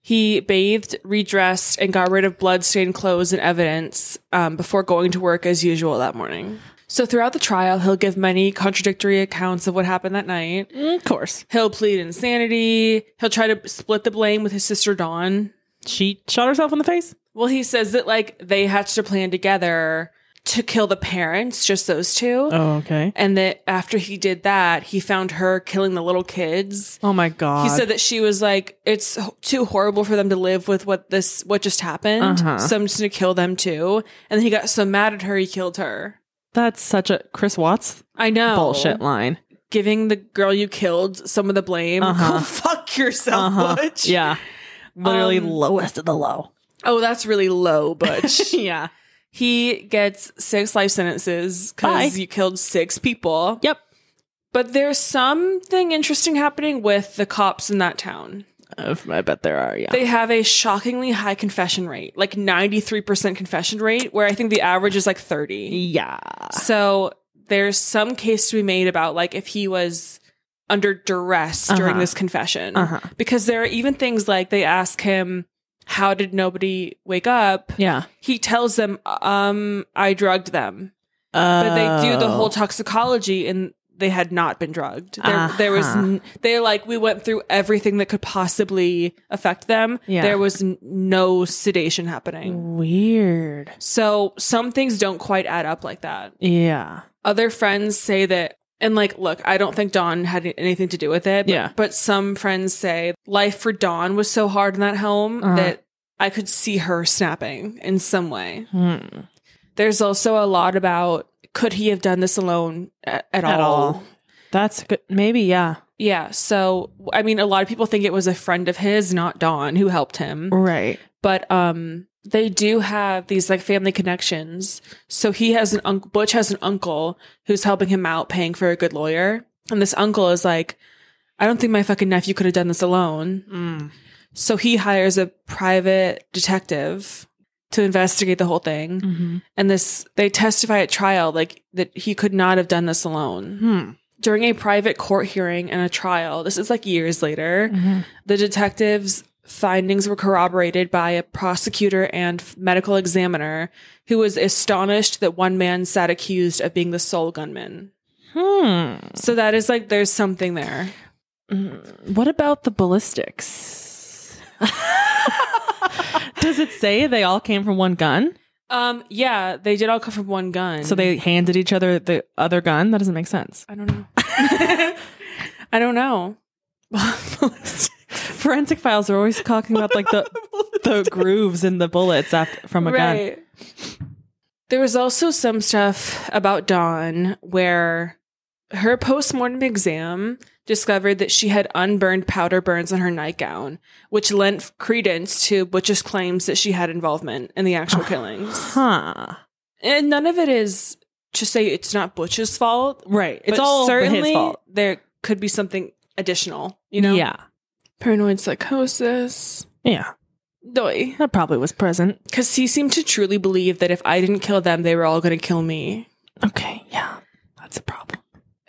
A: He bathed, redressed, and got rid of bloodstained clothes and evidence um, before going to work as usual that morning. So, throughout the trial, he'll give many contradictory accounts of what happened that night.
B: of course,
A: He'll plead insanity. He'll try to split the blame with his sister, Dawn.
B: she shot herself in the face.
A: Well, he says that like they hatched a plan together to kill the parents, just those two.
B: Oh, okay.
A: And that after he did that, he found her killing the little kids.
B: Oh my god.
A: He said that she was like, it's h- too horrible for them to live with what this, what just happened.
B: Uh-huh.
A: So I'm just going to kill them too. And then he got so mad at her, he killed her.
B: that's such a Chris Watts
A: I know.
B: bullshit line.
A: Giving the girl you killed some of the blame.
B: Uh-huh.
A: Go fuck yourself, Butch.
B: Yeah. Literally
A: Um,
B: lowest of the low.
A: Oh, that's really low, Butch.
B: Yeah.
A: He gets six life sentences
B: Bye.
A: because you killed six people.
B: Yep.
A: But there's something interesting happening with the cops in that town.
B: Uh, I bet there are. Yeah.
A: They have a shockingly high confession rate, like 93% confession rate, where I think the average is like 30.
B: yeah.
A: So there's some case to be made about like if he was under duress during
B: Uh-huh.
A: this confession.
B: Uh-huh.
A: Because there are even things like they ask him, How did nobody wake up?
B: Yeah.
A: He tells them, Um, I drugged them. but they do the
B: Oh.
A: whole toxicology and they had not been drugged. There, there was,
B: Uh-huh.
A: n- they're like, we went through everything that could possibly affect them.
B: Yeah.
A: There was n- no sedation happening.
B: Oh. Weird.
A: So some things don't quite add up like that.
B: Yeah.
A: Other friends say that And like, look, I don't think Dawn had anything to do with it. But,
B: Yeah.
A: But some friends say life for Dawn was so hard in that home
B: Uh-huh.
A: that I could see her snapping in some way.
B: Hmm.
A: There's also a lot about could he have done this alone at, at,
B: At all. That's good. Maybe, yeah.
A: Yeah. So, I mean, a lot of people think it was a friend of his, not Dawn, who helped him.
B: Right.
A: But um, they do have these like family connections. So he has an uncle, Butch has an uncle who's helping him out, paying for a good lawyer. And this uncle is like, I don't think my fucking nephew could have done this alone.
B: Mm.
A: So he hires a private detective to investigate the whole thing.
B: Mm-hmm.
A: And this, they testify at trial like that he could not have done this alone.
B: Hmm.
A: During a private court hearing and a trial, this is like years later,
B: Mhm.
A: the detective's findings were corroborated by a prosecutor and f- medical examiner who was astonished that one man sat accused of being the sole gunman.
B: Hmm.
A: So that is like there's something there.
B: Mm, What about the ballistics? Does it say they all came from one gun?
A: Um yeah, they did all come from one gun.
B: So they handed each other the other gun? That doesn't make sense.
A: I don't know. I don't know.
B: Forensic files are always talking about like the the grooves in the bullets after, from a gun.
A: There was also some stuff about Dawn where her postmortem exam discovered that she had unburned powder burns on her nightgown, which lent credence to Butch's claims that she had involvement in the actual killings.
B: Huh.
A: And none of it is to say it's not Butch's fault.
B: Right. It's
A: but
B: all
A: certainly
B: his fault.
A: there could be something additional, you know?
B: Yeah.
A: Paranoid psychosis.
B: Yeah.
A: Doi.
B: That probably was present.
A: Because he seemed to truly believe that if I didn't kill them, they were all going to kill me.
B: Okay. Yeah. That's a problem.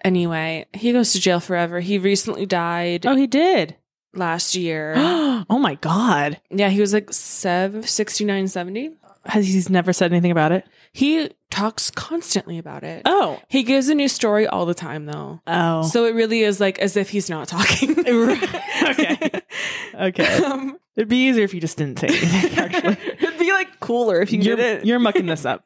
A: Anyway, he goes to jail forever. He recently died
B: Oh, he did.
A: last year.
B: oh my god.
A: yeah, he was like sev- 69, 70.
B: Has he's never said anything about it?
A: He talks constantly about it.
B: Oh.
A: He gives a new story all the time, though.
B: Oh.
A: So it really is like as if he's not talking.
B: Okay. okay.
A: Um,
B: It'd be easier if you just didn't say anything, actually.
A: It'd be like cooler if you
B: you're,
A: did it.
B: you're mucking this up.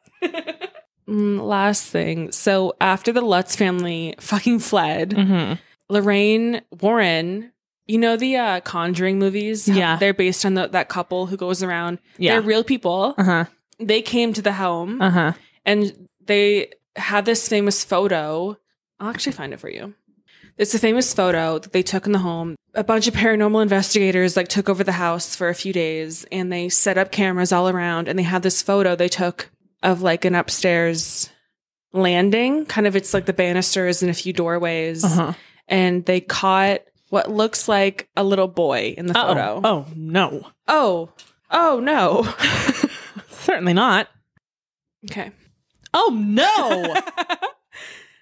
A: Mm, last thing. So after the Lutz family fucking fled,
B: Mm-hmm.
A: Lorraine Warren. You know the uh, Conjuring movies? How
B: Yeah.
A: they're based on the, that couple who goes around.
B: Yeah.
A: They're real people.
B: Uh huh.
A: They came to the home
B: Uh huh.
A: and they had this famous photo. I'll actually find it for you. It's a famous photo that they took in the home. A bunch of paranormal investigators like took over the house for a few days and they set up cameras all around and they had this photo they took of like an upstairs landing. Kind of it's like the banisters and a few doorways
B: Uh huh.
A: and they caught what looks like a little boy in the photo.
B: Oh no.
A: Oh, oh no.
B: Certainly not.
A: Okay.
B: Oh no.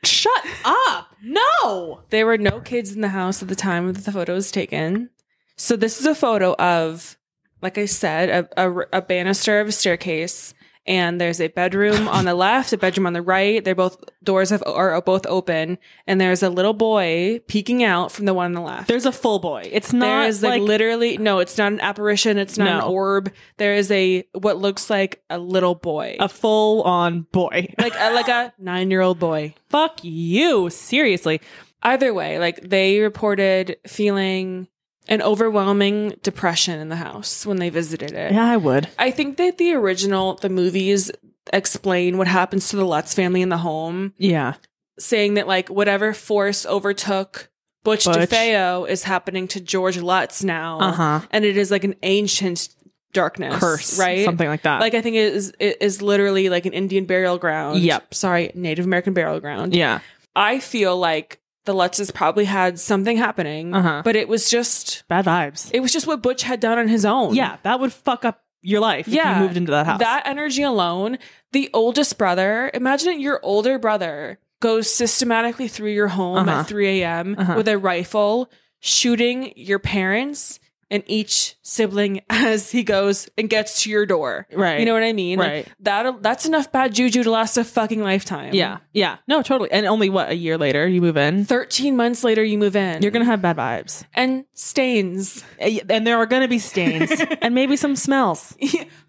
B: Shut up. No.
A: There were no kids in the house at the time that the photo was taken. So this is a photo of, like I said, a, a, a banister of a staircase. And there's a bedroom on the left, a bedroom on the right. They're both doors have, are both open, and there's a little boy peeking out from the one on the left.
B: There's a full boy. It's not
A: There is like,
B: like,
A: literally no, it's not an apparition, it's not
B: No.
A: an orb. There is a what looks like a little boy.
B: a full on boy.
A: like a, like a 9-year-old boy.
B: Fuck you. Seriously.
A: Either way, like they reported feeling an overwhelming depression in the house when they visited it.
B: I would.
A: I think that the original the movies explain what happens to the Lutz family in the home,
B: Yeah.
A: saying that like whatever force overtook Butch,
B: Butch.
A: DeFeo is happening to George Lutz now.
B: Uh huh.
A: and it is like an ancient darkness
B: Curse.
A: right
B: Something like that.
A: like i think it is it is literally like an indian burial ground
B: Yep.
A: sorry native american burial ground
B: Yeah.
A: i feel like the lutzes probably had something happening
B: Uh-huh.
A: but it was just
B: Bad vibes.
A: it was just what butch had done on his own
B: yeah. That would fuck up your life if
A: Yeah.
B: you moved into that house.
A: that energy alone the oldest brother imagine it, your older brother goes systematically through your home
B: Uh-huh.
A: at 3 a.m
B: Uh-huh.
A: with a rifle shooting your parents and each sibling as he goes and gets to your door
B: right.
A: You know what I mean? Like,
B: Right.
A: that that's enough bad juju to last a fucking lifetime.
B: Yeah. Yeah. No, totally. And only what a year later you move in.
A: 13 months later you move in.
B: You're going to have bad vibes.
A: and stains.
B: And there are going to be stains and maybe some smells.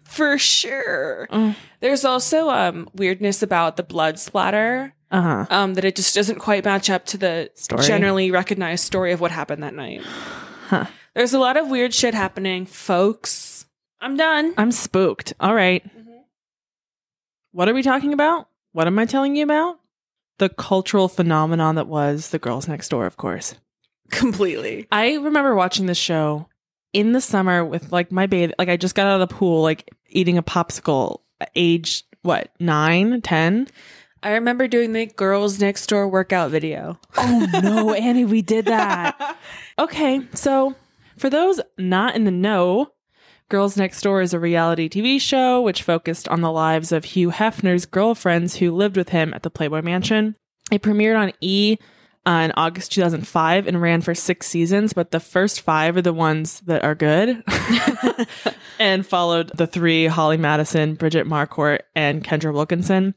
A: for sure.
B: Uh
A: There's also um weirdness about the blood splatter.
B: huh.
A: Um, that it just doesn't quite match up to the
B: Uh-huh. Story.
A: generally recognized story of what happened that night.
B: Huh.
A: There's a lot of weird shit happening, folks. I'm done.
B: I'm spooked. All right.
A: Mhm.
B: What are we talking about? What am I telling you about? The cultural phenomenon that was The Girls Next Door, of course.
A: Completely.
B: I remember watching this show in the summer with like my baby. Like I just got out of the pool, like eating a popsicle, age what nine, ten.
A: I remember doing the girls next door workout video.
B: Oh no, Annie, we did okay, so for those not in the know, Girls Next Door is a reality TV show which focused on the lives of Hugh Hefner's girlfriends who lived with him at the Playboy Mansion. It premiered on E uh, in August 2005 and ran for six seasons, but the first five are the ones that are good and followed the three Holly Madison, Bridget Marcourt, and Kendra Wilkinson.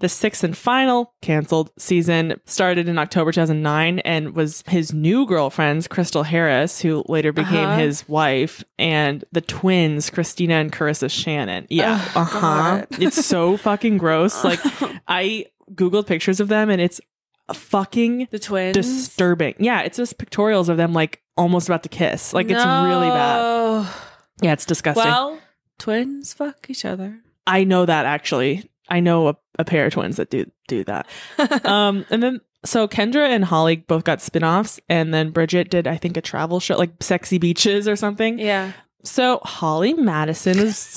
B: The sixth and final canceled season started in October 2009 and was his new girlfriend's Crystal Harris, who later became
A: Uh-huh.
B: his wife, and the twins, Christina and Carissa Shannon. Yeah.
A: Oh,
B: uh huh.
A: God.
B: it's so fucking gross. Like, I Googled pictures of them and it's fucking
A: The twins.
B: disturbing. Yeah, it's just pictorials of them like almost about to kiss. Like it's really bad.
A: No.
B: Yeah, it's disgusting.
A: Well, twins fuck each other.
B: I know that actually. I know a, a pair of twins that do do that. um and then so Kendra and Holly both got spin-offs and then Bridget did I think a travel show like Sexy Beaches or something.
A: yeah.
B: So Holly Madison is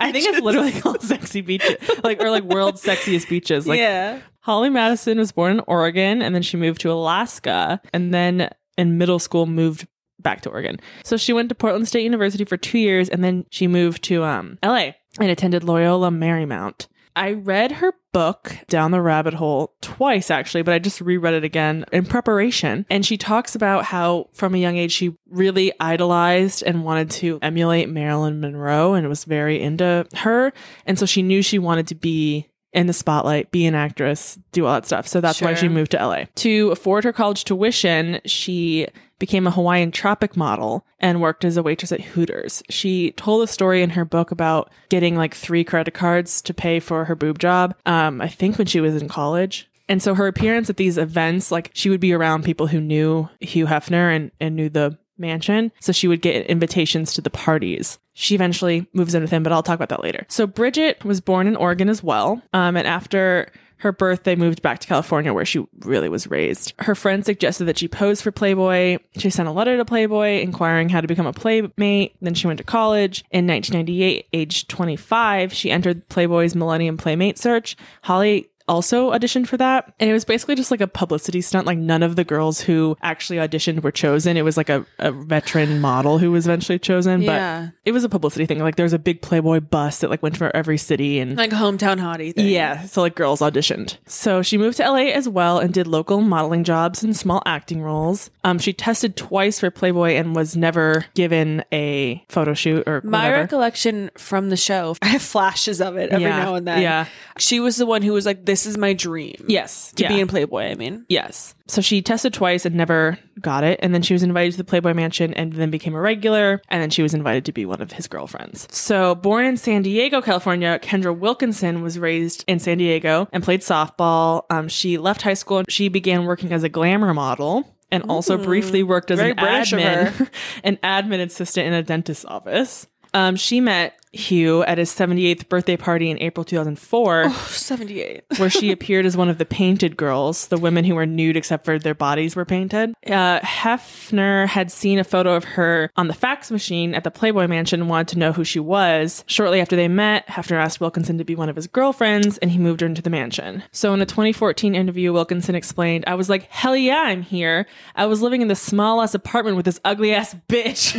B: I think it's literally called Sexy Beaches like or like World's Sexiest Beaches like
A: yeah.
B: Holly Madison was born in Oregon and then she moved to Alaska and then in middle school moved back to Oregon. So she went to Portland State University for 2 years and then she moved to um LA and attended Loyola Marymount. I read her book Down the Rabbit Hole twice actually, but I just reread it again in preparation. And she talks about how from a young age she really idolized and wanted to emulate Marilyn Monroe and was very into her. And so she knew she wanted to be in the spotlight, be an actress, do all that stuff. So that's why
A: Sure.
B: she moved to LA. To afford her college tuition, she became a Hawaiian tropic model and worked as a waitress at Hooters. She told a story in her book about getting like three credit cards to pay for her boob job, um, I think when she was in college. And so her appearance at these events, like she would be around people who knew Hugh Hefner and, and knew the mansion. So she would get invitations to the parties. She eventually moves in with him, but I'll talk about that later. So Bridget was born in Oregon as well. Um, and after her birth, they moved back to California where she really was raised. Her friend suggested that she pose for Playboy. She sent a letter to Playboy inquiring how to become a playmate. Then she went to college. In 1998, age 25, she entered Playboy's Millennium Playmate search. Holly also auditioned for that. And it was basically just like a publicity stunt. Like none of the girls who actually auditioned were chosen. It was like a, a veteran model who was eventually chosen.
A: Yeah.
B: But it was a publicity thing. Like there was a big Playboy bus that like went for every city and
A: Like hometown hottie thing.
B: yeah, so like girls auditioned. So she moved to LA as well and did local modeling jobs and small acting roles. Um, she tested twice for Playboy and was never given a photo shoot or
A: My
B: whatever.
A: recollection from the show, I have flashes of it every
B: Yeah.
A: now and then.
B: Yeah.
A: She was the one who was like, this is my dream.
B: yes,
A: To
B: yeah.
A: be in Playboy, I mean.
B: Yes. So she tested twice and never got it. And then she was invited to the Playboy Mansion and then became a regular. And then she was invited to be one of his girlfriends. So, born in San Diego, California, Kendra Wilkinson was raised in San Diego and played softball. Um, she left high school and she began working as a glamour model. And also briefly worked as
A: very
B: an
A: British of
B: admin, an admin assistant in a dentist's office. Um, she met Hugh at his 78th birthday party in April 2004
A: Oh, 78.
B: where she appeared as one of the painted girls, the women who were nude except for their bodies were painted. Uh, Hefner had seen a photo of her on the fax machine at the Playboy Mansion and wanted to know who she was. Shortly after they met, Hefner asked Wilkinson to be one of his girlfriends and he moved her into the mansion. So in a 2014 interview, Wilkinson explained, I was like, hell yeah, I'm here. I was living in this small ass apartment with this ugly ass bitch.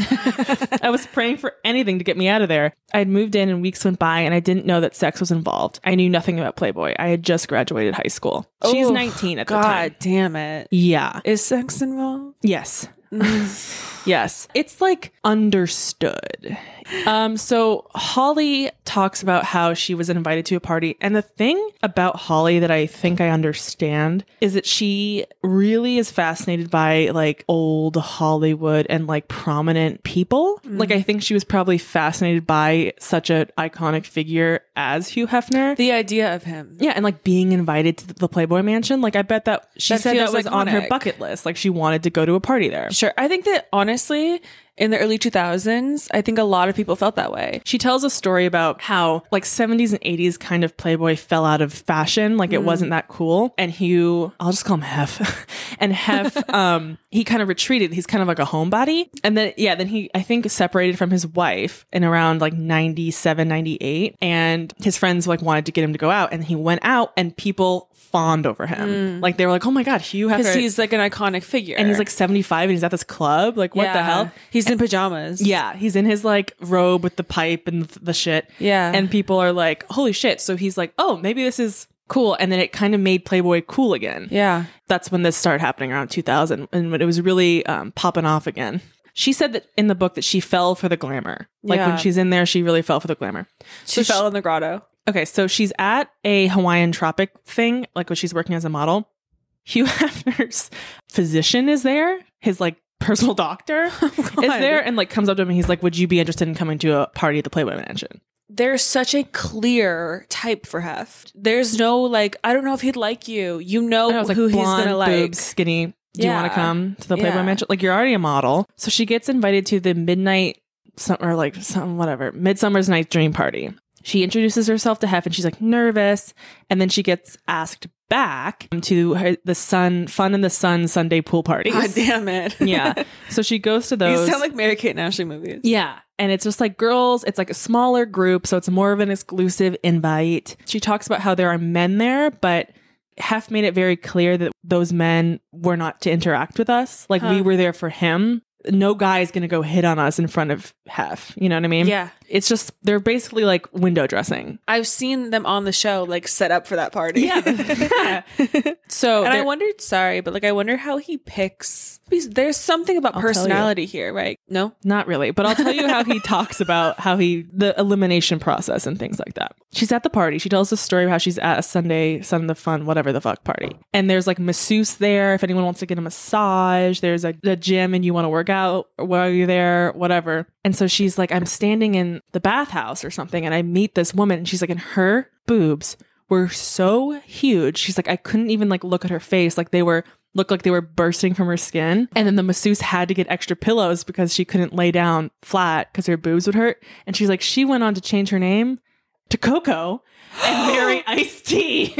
B: I was praying for anything to get me out of there. I had moved in and weeks went by and I didn't know that sex was involved. I knew nothing about Playboy. I had just graduated high school. She's
A: Oh,
B: 19 at the
A: God
B: time.
A: damn it.
B: Yeah.
A: Is sex involved?
B: Yes. yes. It's like understood. Um so Holly talks about how she was invited to a party. And the thing about Holly that I think I understand is that she really is fascinated by like old Hollywood and like prominent people.
A: Mm-hmm.
B: Like I think she was probably fascinated by such an iconic figure as Hugh Hefner.
A: The idea of him.
B: yeah, and like being invited to the Playboy Mansion, like I bet that she
A: That
B: said that
A: feels
B: was on her
A: iconic.
B: bucket list. Like she wanted to go to a party there.
A: Sure. I think that honestly, in the early 2000s, I think a lot of people felt that way.
B: She tells a story about how like 70s and 80s kind of Playboy fell out of fashion, like it wasn't that cool. And Hugh, I'll just call him Hef. and Hef, um, he kind of retreated. He's kind of like a homebody. And then yeah, then he I think separated from his wife in around like 97, 98. And his friends like wanted to get him to go out, and he went out, and people fawned over him. Like they were like, oh my god, Hugh
A: Because
B: Hefner.
A: he's like an iconic figure.
B: and he's like 75 and he's at this club. Like what the hell?
A: He's in pajamas.
B: Yeah, he's in his like robe with the pipe and th- the shit.
A: Yeah.
B: And people are like, holy shit. So he's like, oh, maybe this is cool. And then it kind of made Playboy cool again.
A: Yeah.
B: That's when this started happening around 2000 and when it was really um, popping off again. She said that in the book that she fell for the glamour. Like
A: Yeah.
B: when she's in there, she really fell for the glamour.
A: She
B: So she-
A: fell in the grotto.
B: Okay, so she's at a Hawaiian tropic thing, like when she's working as a model. Hugh Hefner's physician is there, his like personal doctor
A: Oh,
B: is there, and like comes up to him and he's like, Would you be interested in coming to a party at the Playboy Mansion?
A: There's such a clear type for Hef. There's no like, I don't know if he'd like you. You know
B: And I was like,
A: Oh, who he's
B: blonde,
A: gonna like.
B: boobs, skinny. Do you want to
A: Yeah.
B: come to the Playboy
A: Yeah.
B: Mansion? Like you're already a model, so she gets invited to the midnight some or like some whatever Midsummer's Night Dream party. She introduces herself to Hef, and she's like nervous, and then she gets asked back to her, the Sun Fun in the Sun Sunday pool parties.
A: God damn it.
B: yeah, so she goes to
A: you
B: those.
A: sound like Mary Kate and Ashley movies.
B: Yeah. And it's just like girls, it's like a smaller group, so it's more of an exclusive invite. She talks about how there are men there, but Hef made it very clear that those men were not to interact with us. Like we
A: Huh.
B: were there for him. No guy is going to go hit on us in front of Hef. You know what I mean?
A: Yeah.
B: It's just, they're basically like window dressing.
A: I've seen them on the show like set up for that party.
B: so,
A: and I
B: there-
A: wondered, sorry, but like I wonder how he picks. because There's something about
B: I'll tell you.
A: personality here, right? No,
B: Not really, but I'll tell you how he talks about how he the elimination process and things like that. She's at the party. She tells the story of how she's at a Sunday Sun of the Fun, whatever the fuck party. And there's like masseuse there if anyone wants to get a massage. There's a, a gym and you want to work out while you're there, whatever. And so she's like, I'm standing in the bathhouse or something, and I meet this woman, and she's like, and her boobs were so huge. She's like, I couldn't even like look at her face. Like they were looked like they were bursting from her skin. And then the masseuse had to get extra pillows because she couldn't lay down flat because her boobs would hurt. And she's like, she went on to change her name to Coco and marry Ice Tea.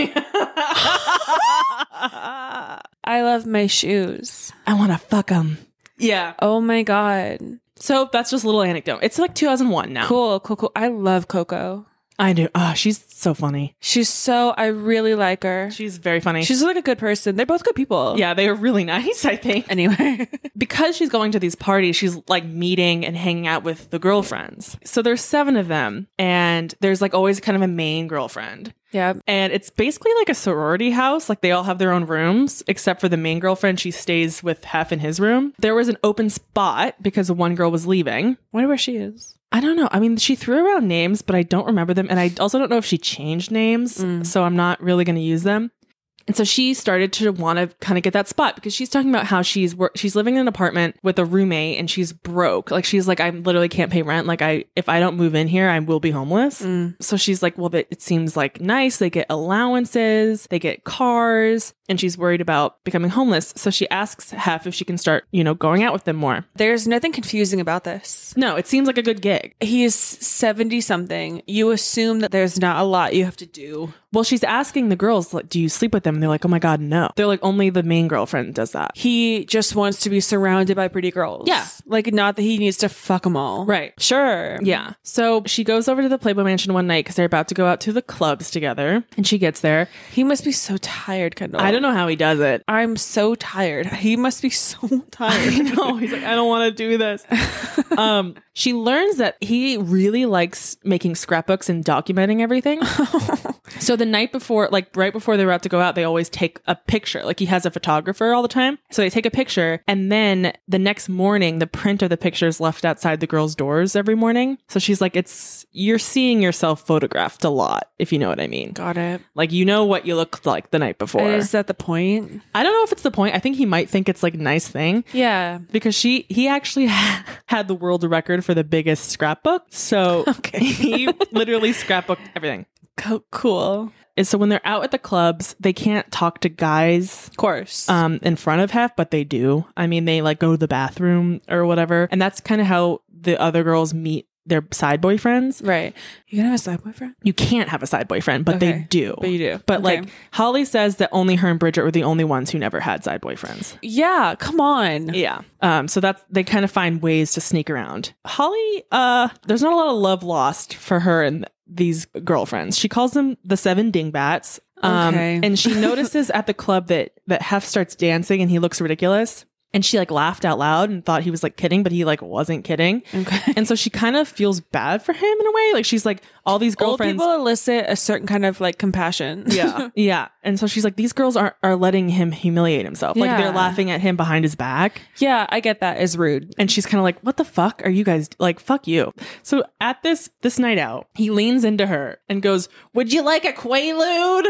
B: I
A: I love my shoes.
B: want to fuck him. Yeah.
A: Oh my god,
B: So that's just a little anecdote. It's like 2001 now.
A: cool, cool, cool. I love Coco.
B: I do. Oh, she's so funny.
A: She's so I really like her.
B: She's very funny.
A: She's like a good person. They're both good people.
B: yeah, they are really nice, I think.
A: Anyway,
B: because she's going to these parties, she's like meeting and hanging out with the girlfriends. So there's seven of them, and there's like always kind of a main girlfriend.
A: yeah.
B: And it's basically like a sorority house. Like they all have their own rooms, except for the main girlfriend. She stays with Hef in his room. There was an open spot because one girl was leaving.
A: Wonder where she is.
B: I don't know. I mean, she threw around names, but I don't remember them. And I also don't know if she changed names. So I'm not really going to use them. And so she started to want to kind of get that spot because she's talking about how she's wor- she's living in an apartment with a roommate and she's broke. Like she's like I literally can't pay rent. Like I if I don't move in here, I will be homeless. So she's like, well, that- it seems like nice. They get allowances, they get cars, and she's worried about becoming homeless. So she asks Hef if she can start, you know, going out with them more.
A: There's nothing confusing about this.
B: No, it seems like a good gig.
A: He is 70 something. You assume that there's not a lot you have to do.
B: Well, she's asking the girls, like, do you sleep with them? And they're like, oh my God, no. They're like, only the main girlfriend does that.
A: He just wants to be surrounded by pretty girls.
B: Yeah.
A: Like, not that he needs to fuck them all.
B: Right.
A: Sure.
B: Yeah. So she goes over to the Playboy Mansion one night because they're about to go out to the clubs together. And she gets there.
A: He must be so tired, Kendall.
B: I don't know how he does it.
A: I'm so tired. He must be so
B: I
A: tired.
B: know. He's like, I don't want to do this. Um, she learns that he really likes making scrapbooks and documenting everything. So the night before, like right before they were about to go out, they always take a picture. Like he has a photographer all the time. So they take a picture. And then the next morning, the print of the picture is left outside the girls' doors every morning. So she's like, it's, you're seeing yourself photographed a lot, if you know what I mean.
A: Got it.
B: Like you know what you looked like the night before.
A: Is that the point?
B: I don't know if it's the point. I think he might think it's like nice thing
A: Yeah.
B: because she he actually had the world record for the biggest scrapbook. So he literally scrapbooked everything.
A: Co- cool.
B: And so when they're out at the clubs, they can't talk to guys
A: Of course.
B: um in front of Hef, but they do. I mean, they like go to the bathroom or whatever. And that's kind of how the other girls meet their side boyfriends.
A: right. You gonna have a side boyfriend?
B: You can't have a side boyfriend, but they
A: Okay.
B: do.
A: But you do.
B: But
A: Okay.
B: like Holly says that only her and Bridget were the only ones who never had side boyfriends.
A: yeah. Come on.
B: Yeah. Um, so that's they kind of find ways to sneak around. Holly, uh, there's not a lot of love lost for her and these girlfriends. She calls them the seven dingbats. Um,
A: Okay.
B: and she notices at the club that that Hef starts dancing and he looks ridiculous. And she like laughed out loud and thought he was like kidding, but he like wasn't kidding.
A: Okay.
B: And so she kind of feels bad for him in a way. Like she's like all these
A: Old
B: girlfriends.
A: people elicit a certain kind of like compassion.
B: Yeah. yeah. And so she's like, these girls are are letting him humiliate himself. Like
A: Yeah.
B: they're laughing at him behind his back.
A: yeah. I get that is rude.
B: and she's kind of like what the fuck are you guys like fuck you so at this this night out he leans into her and goes would you like a quaalude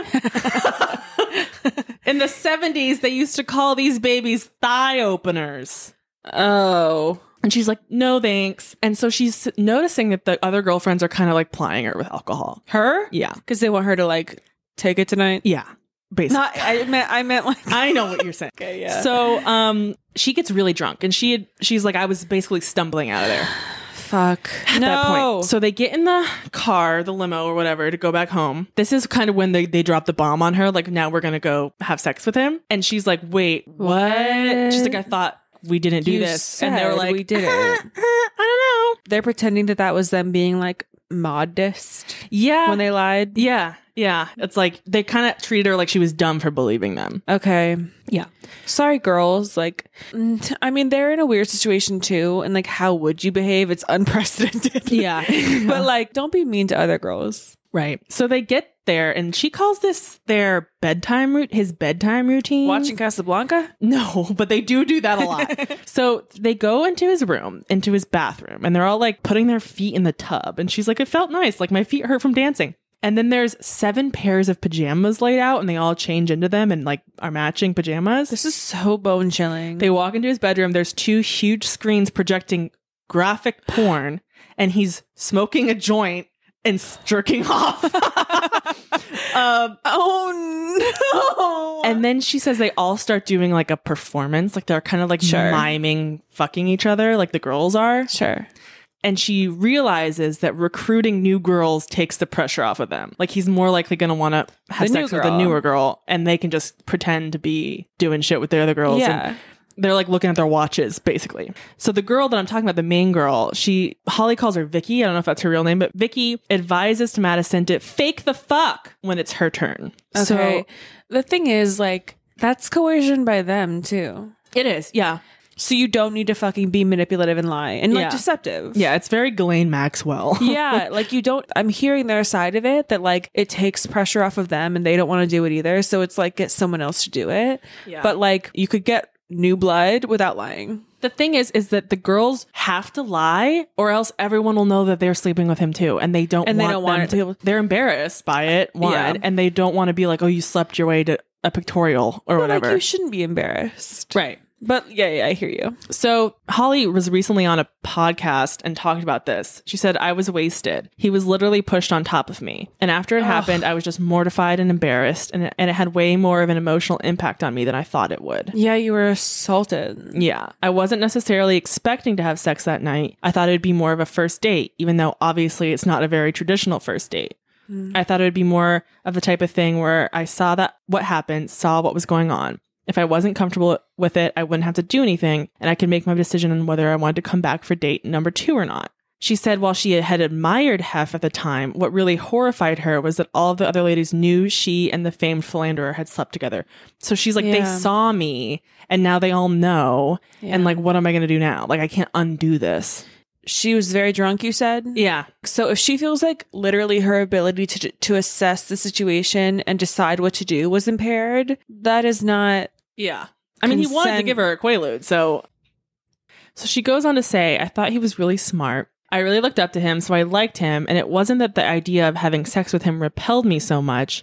B: in the 70s they used to call these babies thigh openers
A: Oh.
B: and she's like no thanks and so she's noticing that the other girlfriends are kind of like plying her with alcohol
A: Her?
B: yeah
A: Because they want her to like take it tonight.
B: yeah basically
A: Not. I meant. I meant like.
B: i know what you're saying
A: Okay, yeah.
B: so um she gets really drunk and she had, she's like i was basically stumbling out of there
A: Fuck.
B: at that point. So they get in the car, the limo or whatever, to go back home. This is kind of when they, they drop the bomb on her, like, now we're gonna go have sex with him. And she's like, Wait, what? She's like, I thought we didn't do
A: You
B: this. and they were
A: said
B: like,
A: we did it.
B: I don't know.
A: they're pretending that that was them being like modest
B: Yeah.
A: when they lied.
B: yeah. Yeah. It's like they kind of treated her like she was dumb for believing them.
A: Okay.
B: Yeah.
A: Sorry, girls. Like, mm, t- I mean, they're in a weird situation too. And like, how would you behave? It's unprecedented.
B: Yeah. Mm-hmm.
A: but like, don't be mean to other girls.
B: Right. So they get there and she calls this their bedtime route his bedtime routine.
A: Watching Casablanca?
B: No, but they do do that a lot. so they go into his room, into his bathroom, and they're all like putting their feet in the tub. And she's like, it felt nice. Like my feet hurt from dancing. And then there's seven pairs of pajamas laid out, and they all change into them and like are matching pajamas.
A: This is so bone chilling.
B: They walk into his bedroom. There's two huge screens projecting graphic porn, and he's smoking a joint and s- jerking off. um,
A: oh no.
B: And then she says they all start doing like a performance, like they're kind of like
A: Sure.
B: miming fucking each other, like the girls are.
A: sure.
B: And she realizes that recruiting new girls takes the pressure off of them. Like he's more likely going to want to have
A: The new
B: sex with a
A: girl.
B: newer girl, and they can just pretend to be doing shit with the other girls.
A: Yeah.
B: And they're like looking at their watches, basically. So the girl that I'm talking about, the main girl, she Holly calls her Vicky. I don't know if that's her real name, but Vicky advises to Madison to fake the fuck when it's her turn.
A: Okay. the thing is, like, that's coercion by them too.
B: So it is, yeah.
A: So you don't need to fucking be manipulative and lie and like
B: Yeah.
A: deceptive.
B: Yeah, it's very Ghislaine Maxwell.
A: yeah, like you don't. I'm hearing their side of it that like it takes pressure off of them and they don't want to do it either. So it's like get someone else to do it.
B: Yeah.
A: But like you could get new blood without lying.
B: the thing is, is that the girls have to lie, or else everyone will know that they're sleeping with him too, and they don't.
A: And they
B: want
A: don't want
B: them
A: it to be able-
B: They're embarrassed by it, one,
A: Yeah.
B: and they don't want to be like, "Oh, you slept your way to a pictorial or
A: But
B: whatever."
A: like you shouldn't be embarrassed.
B: right.
A: But yeah, yeah, I hear you.
B: So Holly was recently on a podcast and talked about this. She said, I was wasted. He was literally pushed on top of me. And after it happened, I was just mortified and embarrassed. And, and it had way more of an emotional impact on me than I thought it would.
A: Yeah, you were assaulted.
B: Yeah, I wasn't necessarily expecting to have sex that night. I thought it would be more of a first date, even though obviously it's not a very traditional first date. I thought it would be more of the type of thing where I saw that what happened, saw what was going on. If I wasn't comfortable with it, I wouldn't have to do anything, and I could make my decision on whether I wanted to come back for date number two or not. She said while she had admired Hef at the time, what really horrified her was that all of the other ladies knew she and the famed philanderer had slept together. So she's like, they
A: Yeah.
B: saw me, and now they all know.
A: Yeah.
B: And like, what am I going to do now? Like, I can't undo this.
A: she was very drunk, you said?
B: Yeah.
A: So if she feels like literally her ability to to assess the situation and decide what to do was impaired, that is not
B: Yeah. I mean, he wanted to
A: Consent-
B: give her a Quaalude, so. So she goes on to say, I thought he was really smart. I really looked up to him, so I liked him, and it wasn't that the idea of having sex with him repelled me so much.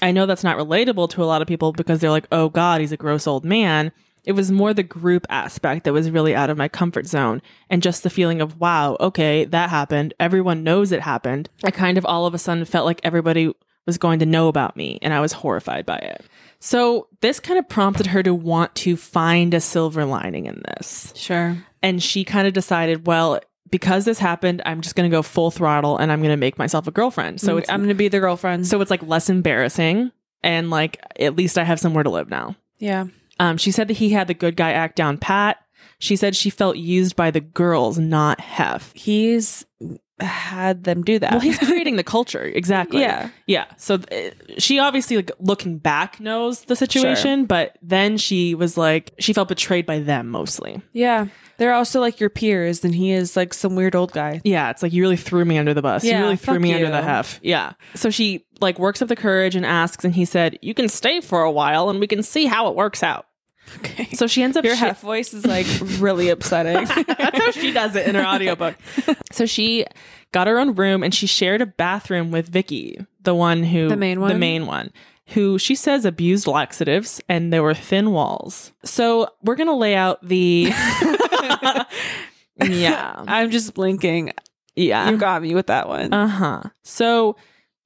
B: I know that's not relatable to a lot of people because they're like, oh God, he's a gross old man. It was more the group aspect that was really out of my comfort zone and just the feeling of, wow, okay, that happened. Everyone knows it happened. I kind of all of a sudden felt like everybody was going to know about me and I was horrified by it. So this kind of prompted her to want to find a silver lining in this.
A: sure.
B: And she kind of decided, well, because this happened, I'm just going to go full throttle and I'm going to make myself a girlfriend. So
A: So
B: it's,
A: I'm gonna be the girlfriend.
B: so it's like less embarrassing and like at least I have somewhere to live now.
A: yeah,
B: Um, she said that he had the good guy act down pat. She said she felt used by the girls, not Hef.
A: he's had them do that.
B: Well, he's creating the culture exactly.
A: Yeah.
B: yeah. So th- she obviously, like, looking back, knows the situation, but then she was like, she felt betrayed by them mostly.
A: yeah, they're also like your peers, and he is like some weird old guy.
B: Yeah, it's like you really threw me under the bus.
A: Yeah,
B: you really threw
A: fuck
B: me under
A: you.
B: the hef. Yeah. So she like works up the courage and asks, and he said, "You can stay for a while, and we can see how it works out."
A: Okay,
B: So she ends up
A: your
B: shi-
A: half voice is like really upsetting.
B: That's how she does it in her audiobook. So she got her own room and she shared a bathroom with Vicky, the one who
A: The main
B: the
A: one?
B: main one, who she says abused laxatives and there were thin walls. So we're gonna lay out the Yeah.
A: I'm just blinking.
B: Yeah.
A: You got me with that one.
B: Uh huh. So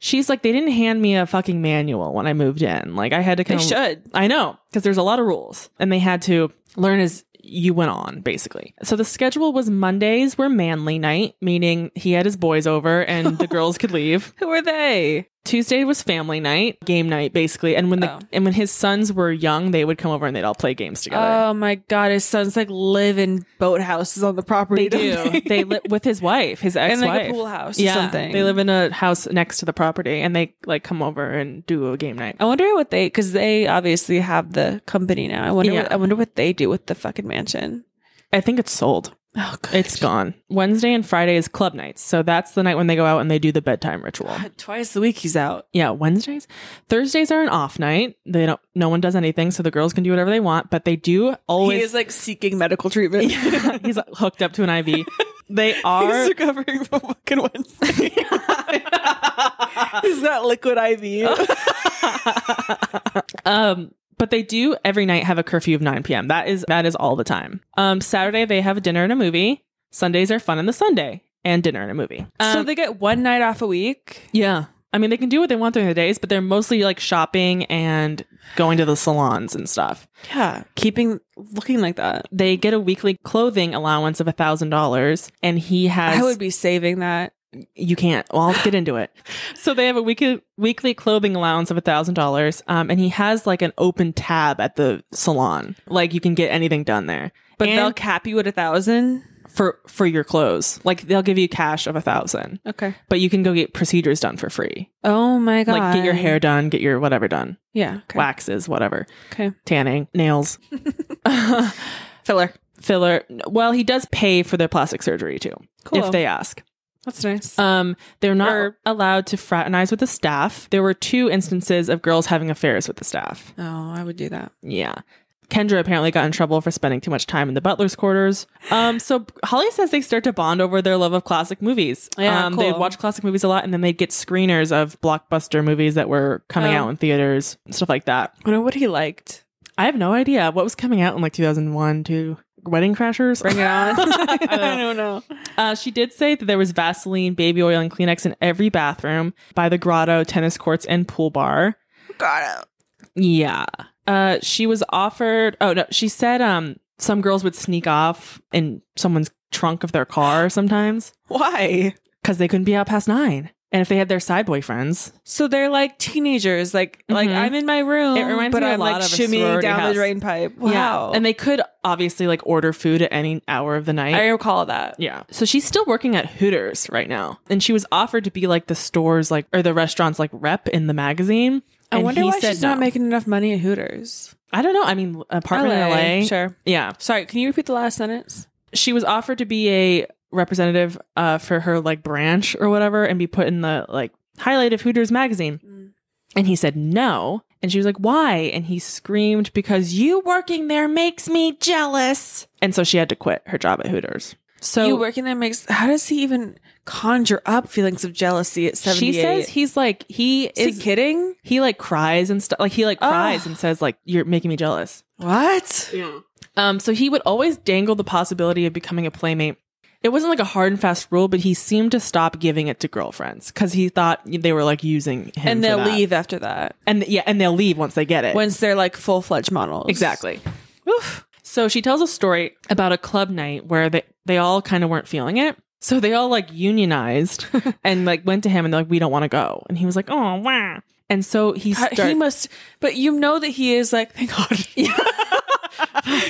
B: she's like, they didn't hand me a fucking manual when I moved in. Like I had to
A: they
B: kind of
A: should.
B: I know, because there's a lot of rules, and they had to learn as you went on, basically. So the schedule was Mondays were manly night, meaning he had his boys over and the girls could leave.
A: Who are they?
B: Tuesday was family night, game night, basically. And when the
A: Oh.
B: and when his sons were young, they would come over and they'd all play games together.
A: Oh my god, his sons like live in boathouses on the property.
B: they
A: don't
B: do. they live with his wife, his ex-wife.
A: in like a pool house
B: yeah,
A: or something.
B: they live in a house next to the property, and they like come over and do a game night.
A: I wonder what they because they obviously have the company now. I wonder.
B: Yeah.
A: What, I wonder what they do with the fucking mansion.
B: I think it's sold.
A: Oh, good.
B: It's gone. Wednesday and Friday is club nights. So that's the night when they go out and they do the bedtime ritual.
A: twice a week he's out.
B: Yeah, Wednesdays. Thursdays are an off night. They don't no one does anything, so the girls can do whatever they want, but they do
A: he
B: always
A: is like seeking medical treatment.
B: he's hooked up to an IV. They
A: he's
B: are
A: recovering from fucking Wednesday. he's got liquid IV.
B: um but they do every night have a curfew of 9 p.m. That is that is all the time. Um Saturday they have a dinner and a movie. Sundays are fun and the Sunday and dinner and a movie.
A: so they get one night off a week.
B: Yeah. I mean, they can do what they want during the days, but they're mostly like shopping and going to the salons and stuff.
A: Yeah, keeping looking like that.
B: They get a weekly clothing allowance of $1,000, and he has.
A: I would be saving that.
B: you can't. Well, I'll get into it. So they have a weekly, weekly clothing allowance of $1,000, um, and he has like an open tab at the salon. Like, you can get anything done there.
A: But
B: And
A: they'll cap you at a thousand.
B: for for your clothes, like they'll give you cash of a thousand,
A: Okay.
B: but you can go get procedures done for free.
A: Oh my god.
B: Like get your hair done, get your whatever done,
A: Yeah. Okay.
B: waxes, whatever.
A: Okay.
B: tanning, nails,
A: Filler.
B: filler. Well, he does pay for their plastic surgery too,
A: Cool.
B: if they ask.
A: That's nice.
B: Um, they're not
A: Or-
B: allowed to fraternize with the staff. There were two instances of girls having affairs with the staff.
A: oh, I would do that.
B: Yeah. Kendra apparently got in trouble for spending too much time in the butler's quarters. Um, so Holly says they start to bond over their love of classic movies.
A: Yeah,
B: um,
A: cool.
B: they'd watch classic movies a lot, and then they'd get screeners of blockbuster movies that were coming
A: Oh.
B: out in theaters, and stuff like that.
A: I wonder what he liked.
B: I have no idea what was coming out in like 2001 to Wedding Crashers.
A: Bring it on. I
B: don't know.
A: know.
B: Uh, she did say that there was Vaseline, baby oil, and Kleenex in every bathroom, by the grotto, tennis courts, and pool bar.
A: Got it.
B: Yeah. Uh, she was offered. Oh no, she said um some girls would sneak off in someone's trunk of their car sometimes
A: Why?
B: because they couldn't be out past nine, and if they had their side boyfriends,
A: So they're like teenagers. Like like
B: Mhm.
A: I'm in my room.
B: It reminds
A: but
B: me a
A: I'm
B: lot
A: like
B: of a
A: shimmying
B: sorority
A: down
B: house.
A: the drain pipe. Wow.
B: and they could obviously like order food at any hour of the night.
A: I recall that.
B: Yeah. So she's still working at Hooters right now. And she was offered to be like the store's like or the restaurant's like rep in the magazine.
A: I
B: And
A: wonder
B: he
A: why
B: said
A: she's not
B: no.
A: making enough money at Hooters.
B: I don't know. I mean apartment in LA.
A: Sure.
B: Yeah.
A: Sorry, can you repeat the last sentence?
B: She was offered to be a representative uh, for her like branch or whatever and be put in the like highlight of Hooters magazine.
A: Mm.
B: And he said no. And she was like, why? And he screamed, because you working there makes me jealous. And so she had to quit her job at Hooters. So
A: you working there makes how does he even conjure up feelings of jealousy at 78?
B: she says he's like, he
A: is
B: is,
A: he kidding?
B: he like cries and stuff. Like he like
A: Ah.
B: cries and says like, you're making me jealous.
A: What?
B: Yeah. Um, so he would always dangle the possibility of becoming a playmate. It wasn't like a hard and fast rule, but he seemed to stop giving it to girlfriends because he thought they were like using him.
A: And
B: for
A: they'll
B: that.
A: leave after that.
B: And yeah, and they'll leave once they get it.
A: Once they're like full fledged models.
B: exactly. Oof. So she tells a story about a club night where they, they all kind of weren't feeling it. So they all like unionized and like went to him and they're like, we don't want to go. And he was like, oh, wow. And so he
A: God,
B: started.
A: Uh, he must but you know that he is like, thank God.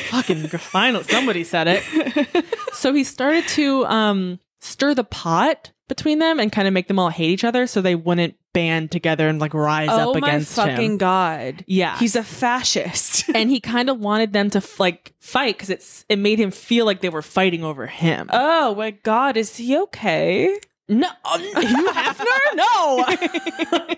B: fucking final somebody said it so he started to um stir the pot between them and kind of make them all hate each other so they wouldn't band together and like rise
A: oh
B: up
A: my
B: against
A: fucking
B: him
A: God.
B: yeah
A: He's a fascist.
B: and he kind of wanted them to f- like fight because it's it made him feel like they were fighting over him
A: oh my God, is he okay?
B: no um, Hugh Hefner no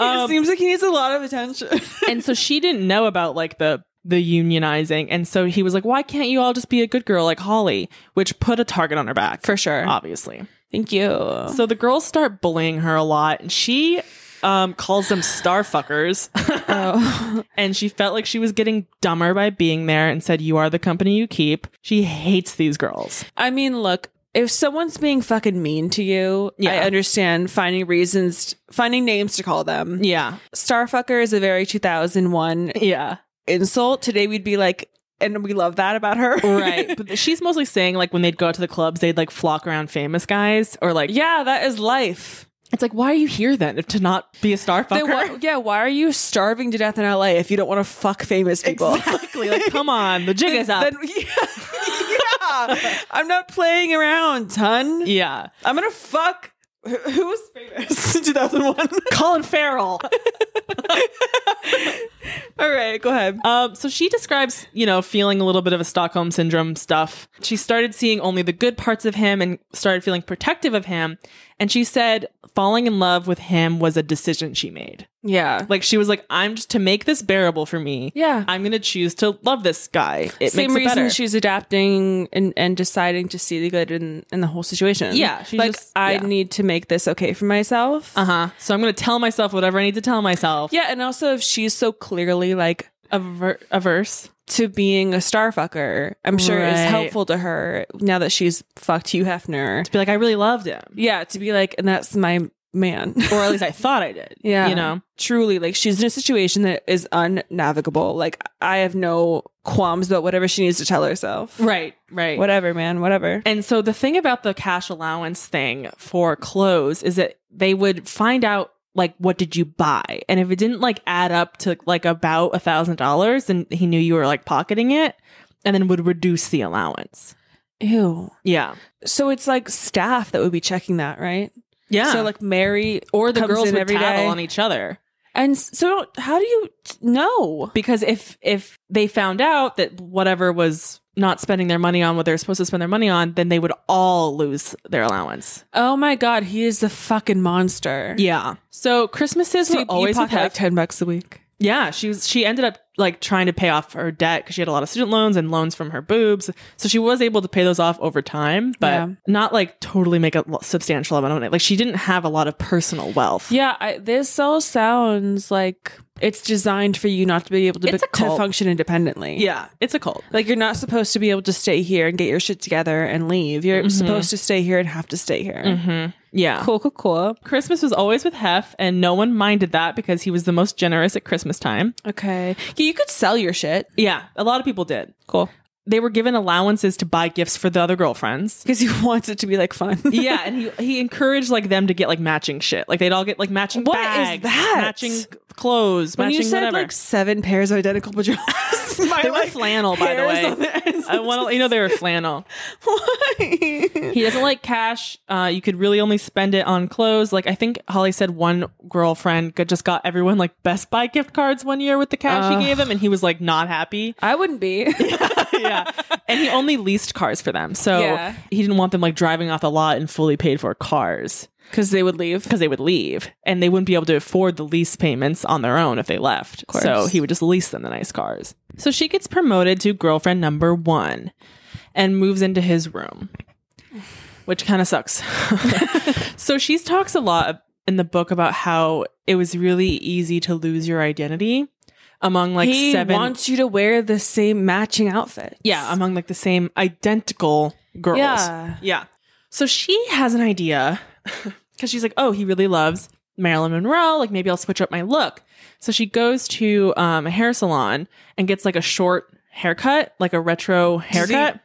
B: Um,
A: it seems like he needs a lot of attention.
B: and so she didn't know about like the the unionizing and so he was like why can't you all just be a good girl like holly which put a target on her back
A: For sure.
B: obviously
A: Thank you.
B: so the girls start bullying her a lot and she um, calls them star fuckers
A: Oh.
B: and she felt like she was getting dumber by being there and said you are the company you keep she hates these girls
A: I mean, look, if someone's being fucking mean to you,
B: Yeah.
A: I understand finding reasons, finding names to call them.
B: yeah
A: Starfucker is a very 2001
B: yeah
A: insult. Today we'd be like, and we love that about her.
B: right but she's mostly saying like when they'd go out to the clubs they'd like flock around famous guys or like
A: yeah, that is life.
B: it's like why are you here then if to not be a star
A: Then
B: fucker
A: why- yeah, why are you starving to death in LA if you don't want to fuck famous people?
B: exactly like come on the jig
A: Then-
B: is up
A: then- yeah, yeah. I'm not playing around, ton.
B: yeah
A: I'm gonna fuck. Who who was famous in 2001?
B: colin farrell
A: All right, go ahead.
B: Um, so she describes, you know, feeling a little bit of a Stockholm syndrome stuff. She started seeing only the good parts of him and started feeling protective of him. And she said falling in love with him was a decision she made.
A: Yeah.
B: Like she was like, I'm just to make this bearable for me.
A: Yeah.
B: I'm gonna choose to love this guy. It makes
A: Same
B: it
A: reason
B: better.
A: she's adapting and, and deciding to see the good in, in the whole situation.
B: Yeah, she
A: like
B: just-
A: I
B: yeah.
A: need to make this okay for myself.
B: uh huh. So I'm gonna tell myself whatever I need to tell myself.
A: Yeah, and also if she's so clearly like
B: Aver- averse.
A: to being a star fucker, I'm sure it's
B: Right.
A: helpful to her now that she's fucked Hugh Hefner.
B: To be like, I really loved him,
A: Yeah, to be like, and that's my man.
B: or at least I thought I did.
A: Yeah.
B: You know.
A: Truly, like she's in a situation that is unnavigable. Like I have no qualms about whatever she needs to tell herself.
B: Right. Right.
A: Whatever, man, whatever.
B: And so the thing about the cash allowance thing for clothes is that they would find out like what did you buy, and if it didn't like add up to like about a thousand dollars, then he knew you were like pocketing it, and then would reduce the allowance.
A: Ew.
B: Yeah,
A: So it's like staff that would be checking that, right?
B: yeah.
A: So like Mary
B: or the
A: comes
B: girls
A: in
B: would
A: every
B: tattle
A: day.
B: on each other
A: and so how do you t- know?
B: because if if they found out that whatever was not spending their money on what they're supposed to spend their money on, then they would all lose their allowance.
A: Oh my god, he is the fucking monster.
B: Yeah. So Christmases
A: So
B: were
A: you
B: always
A: pocket
B: have-
A: like ten bucks a week.
B: Yeah, she was. She ended up like trying to pay off her debt because she had a lot of student loans and loans from her boobs. So she was able to pay those off over time, but
A: Yeah.
B: not like totally make a lo- substantial amount of money. Like she didn't have a lot of personal wealth.
A: Yeah, I, this all sounds like it's designed for you not to be able to,
B: It's
A: be-
B: a cult.
A: to function independently.
B: yeah, it's a cult.
A: Like you're not supposed to be able to stay here and get your shit together and leave. You're supposed to stay here and have to stay here.
B: Yeah,
A: Cool, cool, cool.
B: Christmas was always with Hef, and no one minded that because he was the most generous at Christmas time.
A: Okay. Yeah, you could sell your shit.
B: Yeah, a lot of people did.
A: Cool.
B: They were given allowances to buy gifts for the other girlfriends.
A: Because he wants it to be like fun.
B: yeah, and he he encouraged like them to get like matching shit. Like they'd all get like matching
A: What is
B: bags,
A: that?
B: matching clothes,
A: When
B: matching
A: you said
B: whatever.
A: like seven pairs of identical pajamas, just my
B: They were
A: like,
B: flannel, by the
A: hairs
B: way.
A: on the-
B: I want to, you know, they were flannel.
A: Why?
B: He doesn't like cash. Uh, you could really only spend it on clothes. Like I think Holly said, one girlfriend got- just got everyone like Best Buy gift cards one year with the cash
A: Ugh.
B: he gave them, and he was like not happy.
A: I wouldn't be.
B: yeah, and he only leased cars for them, so
A: Yeah.
B: he didn't want them like driving off the lot and fully paid for cars
A: Because they would leave.
B: because they would leave and they wouldn't be able to afford the lease payments on their own if they left.
A: course.
B: So he would just lease them the nice cars. So she gets promoted to girlfriend number one and moves into his room, which kind of sucks. so she talks a lot in the book about how it was really easy to lose your identity among like
A: he
B: seven.
A: wants you to wear the same matching outfit.
B: yeah, among like the same identical girls.
A: Yeah.
B: Yeah. So she has an idea because she's like, oh, he really loves Marilyn Monroe. Like, maybe I'll switch up my look. So she goes to um, a hair salon and gets like a short haircut, like a retro
A: Does he-
B: haircut.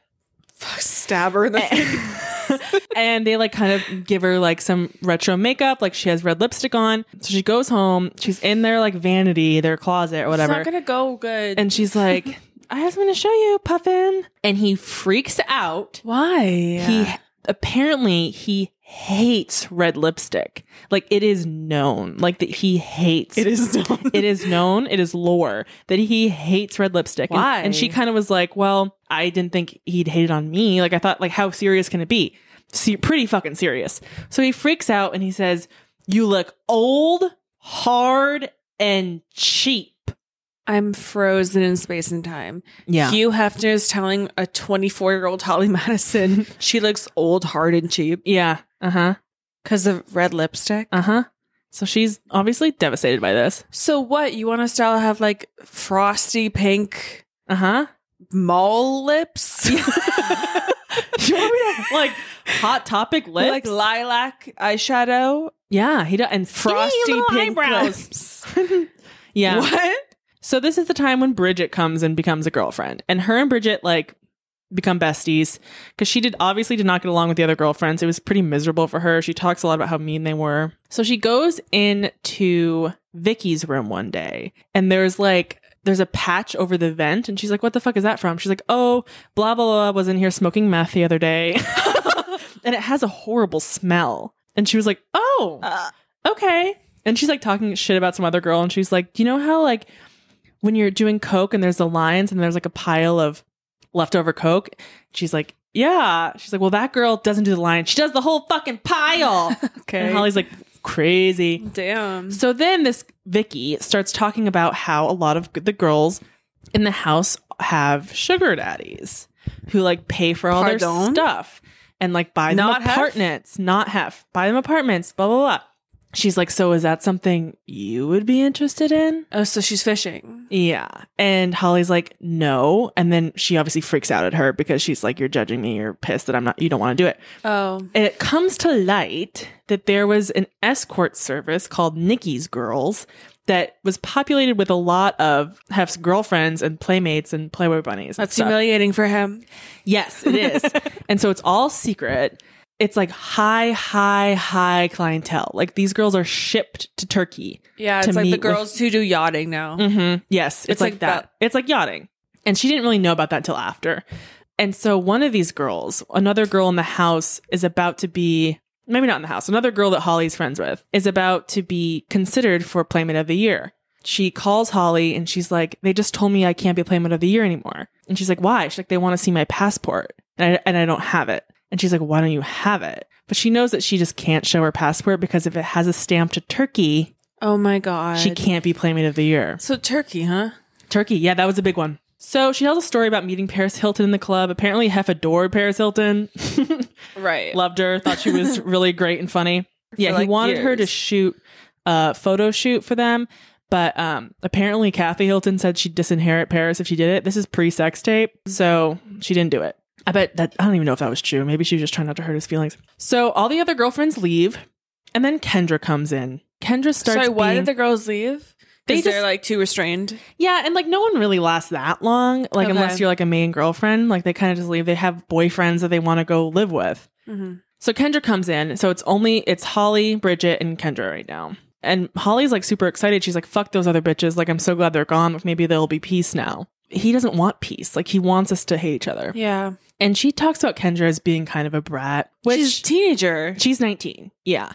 A: Fuck, stab her in
B: Eh.
A: the face.
B: and they like kind of give her like some retro makeup. Like, she has red lipstick on. So she goes home. She's in their like vanity, their closet or
A: It's
B: whatever.
A: not going to go good.
B: and she's like, I have something to show you, Puffin. And he freaks out.
A: why?
B: he apparently he hates red lipstick like it is known like that he hates
A: it is not.
B: it is known it is lore that he hates red lipstick And-
A: Why?
B: and, she kind of was like well i didn't think he'd hate it on me like i thought like how serious can it be See, pretty fucking serious so he freaks out and he says you look old hard and cheap
A: I'm frozen in space and time.
B: yeah
A: Hugh Hefner is telling a 24 year old Holly Madison she looks old, hard, and cheap
B: yeah uh-huh
A: because of red lipstick.
B: uh-huh so she's obviously devastated by this
A: so, what? You want us to all have like frosty pink
B: uh-huh
A: mall lips?
B: Do you want me to have, like hot topic lips?
A: like lilac eyeshadow?
B: yeah, he does. And
A: Frosty pink
B: brows.
A: lips.
B: Yeah.
A: What?
B: So this is the time when Bridget comes and becomes a girlfriend, and her and Bridget like become besties because she did obviously did not get along with the other girlfriends. It was pretty miserable for her. She talks a lot about how mean they were. So she goes into Vicky's room one day, and there's like there's a patch over the vent, and she's like, "What the fuck is that from?" She's like, "Oh, blah blah blah was in here smoking meth the other day, and it has a horrible smell." And she was like, "Oh."
A: Uh,
B: okay. And she's like talking shit about some other girl, and she's like, Do you know how like when you're doing coke and there's the lines and there's like a pile of leftover coke? She's like, Yeah. She's like, Well, that girl doesn't do the line. She does the whole fucking pile.
A: okay.
B: and Holly's like, Crazy.
A: Damn.
B: So then this Vicky starts talking about how a lot of the girls in the house have sugar daddies who like pay for all their
A: Pardon?
B: stuff and like buy them
A: Not have?
B: apartments, not have buy them apartments, blah blah blah. She's like, so is that something you would be interested in?
A: Oh, so she's fishing.
B: Yeah. And Holly's like, no. And then she obviously freaks out at her because she's like, you're judging me. You're pissed that I'm not, you don't want to do it.
A: Oh.
B: And it comes to light that there was an escort service called Nikki's Girls that was populated with a lot of Hef's girlfriends and playmates and Playboy bunnies. and
A: That's
B: stuff.
A: humiliating for him.
B: Yes, it is. and so it's all secret. It's like high, high, high clientele. Like these girls are shipped to Turkey.
A: Yeah,
B: to
A: it's like
B: meet
A: the
B: with-
A: girls who do yachting now.
B: Mm-hmm. Yes, it's,
A: It's
B: like,
A: like
B: that. It's like yachting. And she didn't really know about that till after. And so one of these girls, another girl in the house, is about to be maybe not in the house. Another girl that Holly's friends with is about to be considered for Playmate of the Year. She calls Holly and she's like, "They just told me I can't be Playmate of the Year anymore." And she's like, "Why?" She's like, "They want to see my passport, and I, and I don't have it." And she's like, "Why don't you have it?" But she knows that she just can't show her passport because if it has a stamp to Turkey,
A: Oh my god.
B: she can't be Playmate of the Year.
A: So Turkey, huh?
B: Turkey, yeah, that was a big one. So she tells a story about meeting Paris Hilton in the club. Apparently, Hef adored Paris Hilton,
A: Right.
B: loved her, thought she was really great and funny. Yeah, he
A: like,
B: wanted her to
A: years.
B: shoot a photo shoot for them, but um, apparently Kathy Hilton said she'd disinherit Paris if she did it. This is pre-sex tape, so she didn't do it. I bet that I don't even know if that was true. Maybe she was just trying not to hurt his feelings. So all the other girlfriends leave, and then Kendra comes in. Kendra starts.
A: Sorry, why
B: being-
A: did the girls leave?
B: They
A: Because they
B: just-
A: are like too restrained.
B: Yeah, and like no one really lasts that long, like
A: Okay.
B: unless you're like a main girlfriend. Like they kind of just leave. They have boyfriends that they want to go live with.
A: Mm-hmm.
B: So Kendra comes in. So it's only it's Holly, Bridget, and Kendra right now. And Holly's like super excited. She's like, "Fuck those other bitches! Like I'm so glad they're gone. Like maybe there'll be peace now." he doesn't want peace. Like he wants us to hate each other.
A: Yeah.
B: And she talks about Kendra as being kind of a brat, which
A: She's a teenager.
B: She's 19. Yeah.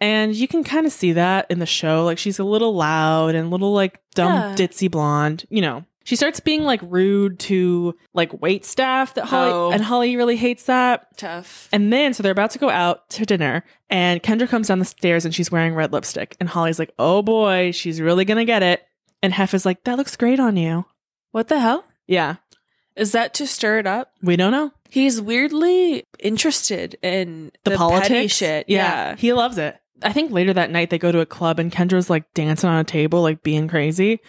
B: And you can kind of see that in the show. Like she's a little loud and a little like dumb
A: Yeah.
B: ditzy blonde, you know. She starts being like rude to like wait staff that Holly
A: Oh.
B: and Holly really hates that.
A: Tough.
B: And then so they're about to go out to dinner and Kendra comes down the stairs and she's wearing red lipstick and Holly's like, "Oh boy, she's really going to get it." And Hef is like, "That looks great on you."
A: What the hell?
B: Yeah.
A: Is that to stir it up?
B: We don't know.
A: He's weirdly interested in
B: the, politics
A: petty shit. Yeah.
B: he loves it. I think later that night they go to a club and Kendra's like dancing on a table, like being crazy,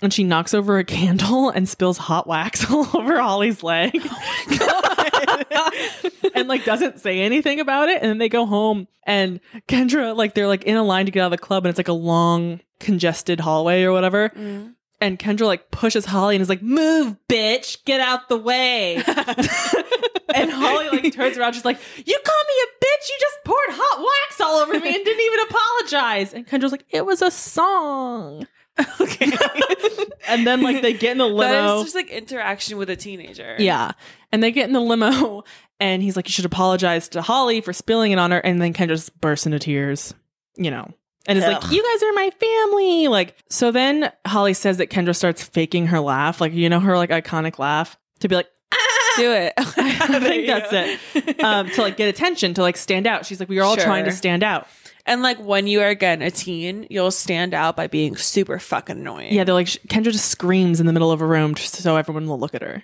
B: and she knocks over a candle and spills hot wax all over Holly's leg,
A: Oh
B: and like doesn't say anything about it. And then they go home and Kendra like they're like in a line to get out of the club, and it's like a long congested hallway or whatever.
A: Mm.
B: And Kendra like pushes Holly and is like, "Move, bitch, get out the way." And Holly like turns around, she's like, "You call me a bitch? You just poured hot wax all over me and didn't even apologize." And Kendra's like, "It was a song."
A: okay.
B: And then like they get in the
A: That
B: limo,
A: is just like interaction with a teenager.
B: yeah, and they get in the limo, and he's like, "You should apologize to Holly for spilling it on her." And then Kendra just bursts into tears, you know. And is like,
A: Ugh.
B: you guys are my family. Like, so then Holly says that Kendra starts faking her laugh, like, you know, her like iconic laugh to be like,
A: Do it.
B: I think that's
A: it.
B: um, to like get attention, to like stand out. She's like, we are all trying to
A: Sure.
B: stand out.
A: and like when you are again a teen, you'll stand out by being super fucking annoying.
B: Yeah, they're like sh- Kendra just screams in the middle of a room just so everyone will look at her.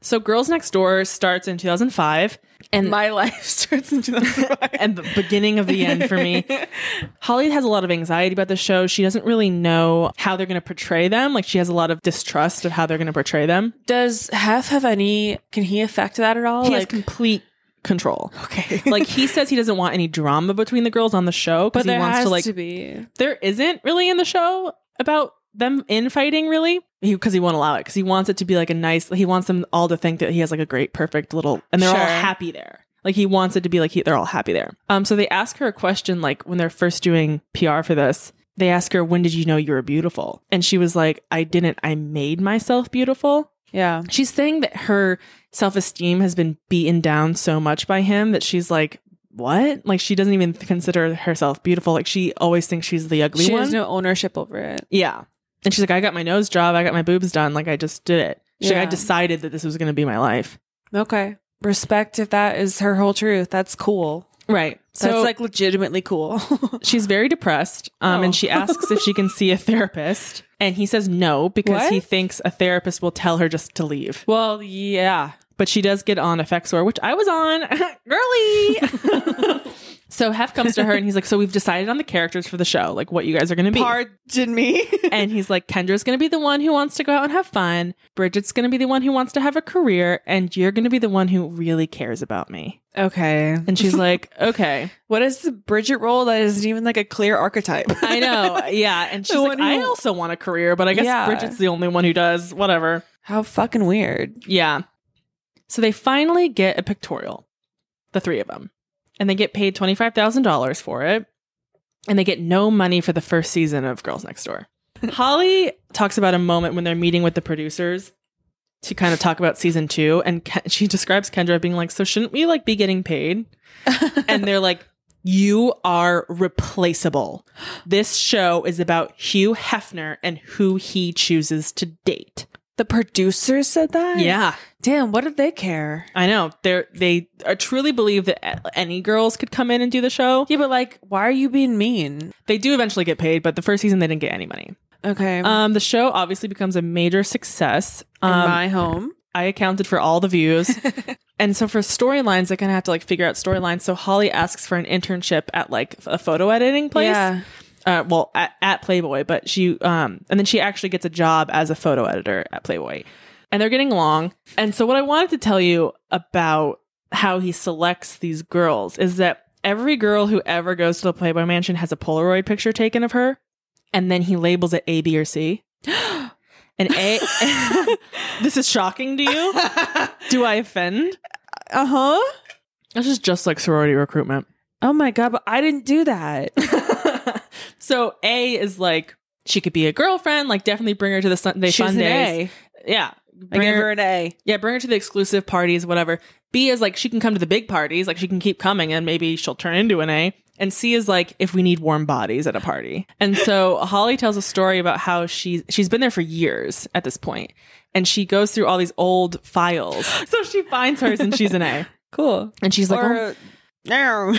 B: so Girls Next Door starts in 2005 and
A: My life starts in 2005.
B: and the beginning of the end for me. Holly has a lot of anxiety about the show. She doesn't really know how they're going to portray them. Like she has a lot of distrust of how they're going to portray them.
A: Does Hef have any? Can he affect that at all?
B: He has
A: Oh, like
B: complete control.
A: okay,
B: like he says he doesn't want any drama between the girls on the show
A: but
B: he
A: there
B: wants
A: has
B: to like
A: be.
B: there isn't really in the show about them infighting really because he, won't allow it because he wants it to be like a nice he wants them all to think that he has like a great perfect little and they're all
A: Sure.
B: happy there like he wants it to be like he, they're all happy there um so they ask her a question like when they're first doing pr for this they ask her when did you know you were beautiful and she was like i didn't i made myself beautiful
A: Yeah,
B: she's saying that her self-esteem has been beaten down so much by him that she's like what like she doesn't even consider herself beautiful like she always thinks she's the ugly
A: she
B: one
A: has no ownership over it.
B: yeah. And she's like, I got my nose job, I got my boobs done, like I just did it. She's like, I
A: Yeah.
B: decided that this was gonna be my life.
A: Okay, respect if that is her whole truth. That's cool.
B: Right. So
A: That's
B: like
A: like legitimately cool.
B: she's very depressed. Um and
A: Oh.
B: she asks if she can see a therapist. And he says no because
A: What?
B: he thinks a therapist will tell her just to leave.
A: well, yeah.
B: But she does get on Effexor, which I was on. Girly. so Hef comes to her and he's like, So we've decided on the characters for the show, like what you guys are gonna be.
A: Pardon me.
B: and he's like, Kendra's going to be the one who wants to go out and have fun. Bridget's going to be the one who wants to have a career. And you're going to be the one who really cares about me.
A: okay.
B: And she's like, okay,
A: What is the Bridget role that isn't even like a clear archetype?
B: I know. Yeah. And she's
A: The
B: like,
A: one who-
B: I also want a career, but I guess
A: Yeah.
B: Bridget's the only one who does, whatever.
A: How fucking weird.
B: Yeah. So they finally get a pictorial, the three of them, and they get paid $25,000 for it. And they get no money for the first season of Girls Next Door. Holly talks about a moment when they're meeting with the producers to kind of talk about season two. And Ke- she describes Kendra being like, So shouldn't we like be getting paid? and they're like, You are replaceable. This show is about Hugh Hefner and who he chooses to date.
A: The producers said that? Damn, what did they care?
B: I know they're they are truly believe that a- any girls could come in and do the show.
A: Yeah, but like, why are you being mean?
B: They do eventually get paid, but the first season they didn't get any money.
A: Okay.
B: Um, the show obviously becomes a major success. Um,
A: in my home.
B: I accounted for all the views, and so for storylines, they're gonna have to like figure out storylines. So Holly asks for an internship at like a photo editing place.
A: Yeah.
B: Uh, well, at, at Playboy, but she um, and then she actually gets a job as a photo editor at Playboy, and they're getting along. And so, what I wanted to tell you about how he selects these girls is that every girl who ever goes to the Playboy Mansion has a Polaroid picture taken of her, and then he labels it A, B, or C. And A, this is shocking to you. Do I offend?
A: Uh huh.
B: This is just like sorority recruitment.
A: Oh my god, but I didn't do that.
B: so A is like she could be a girlfriend, like definitely bring her to the sun- they
A: She's
B: fun
A: an
B: days.
A: A.
B: Yeah, Bring
A: I gave
B: her-
A: her an A.
B: Yeah, bring her to the exclusive parties, whatever. B is like she can come to the big parties, like she can keep coming and maybe she'll turn into an A. And C is like if we need warm bodies at a party. And so Holly tells a story about how she's she's been there for years at this point, And she goes through all these old files. So she finds hers and she's an A.
A: Cool.
B: And she's like,
A: or
B: "Oh
A: a- no.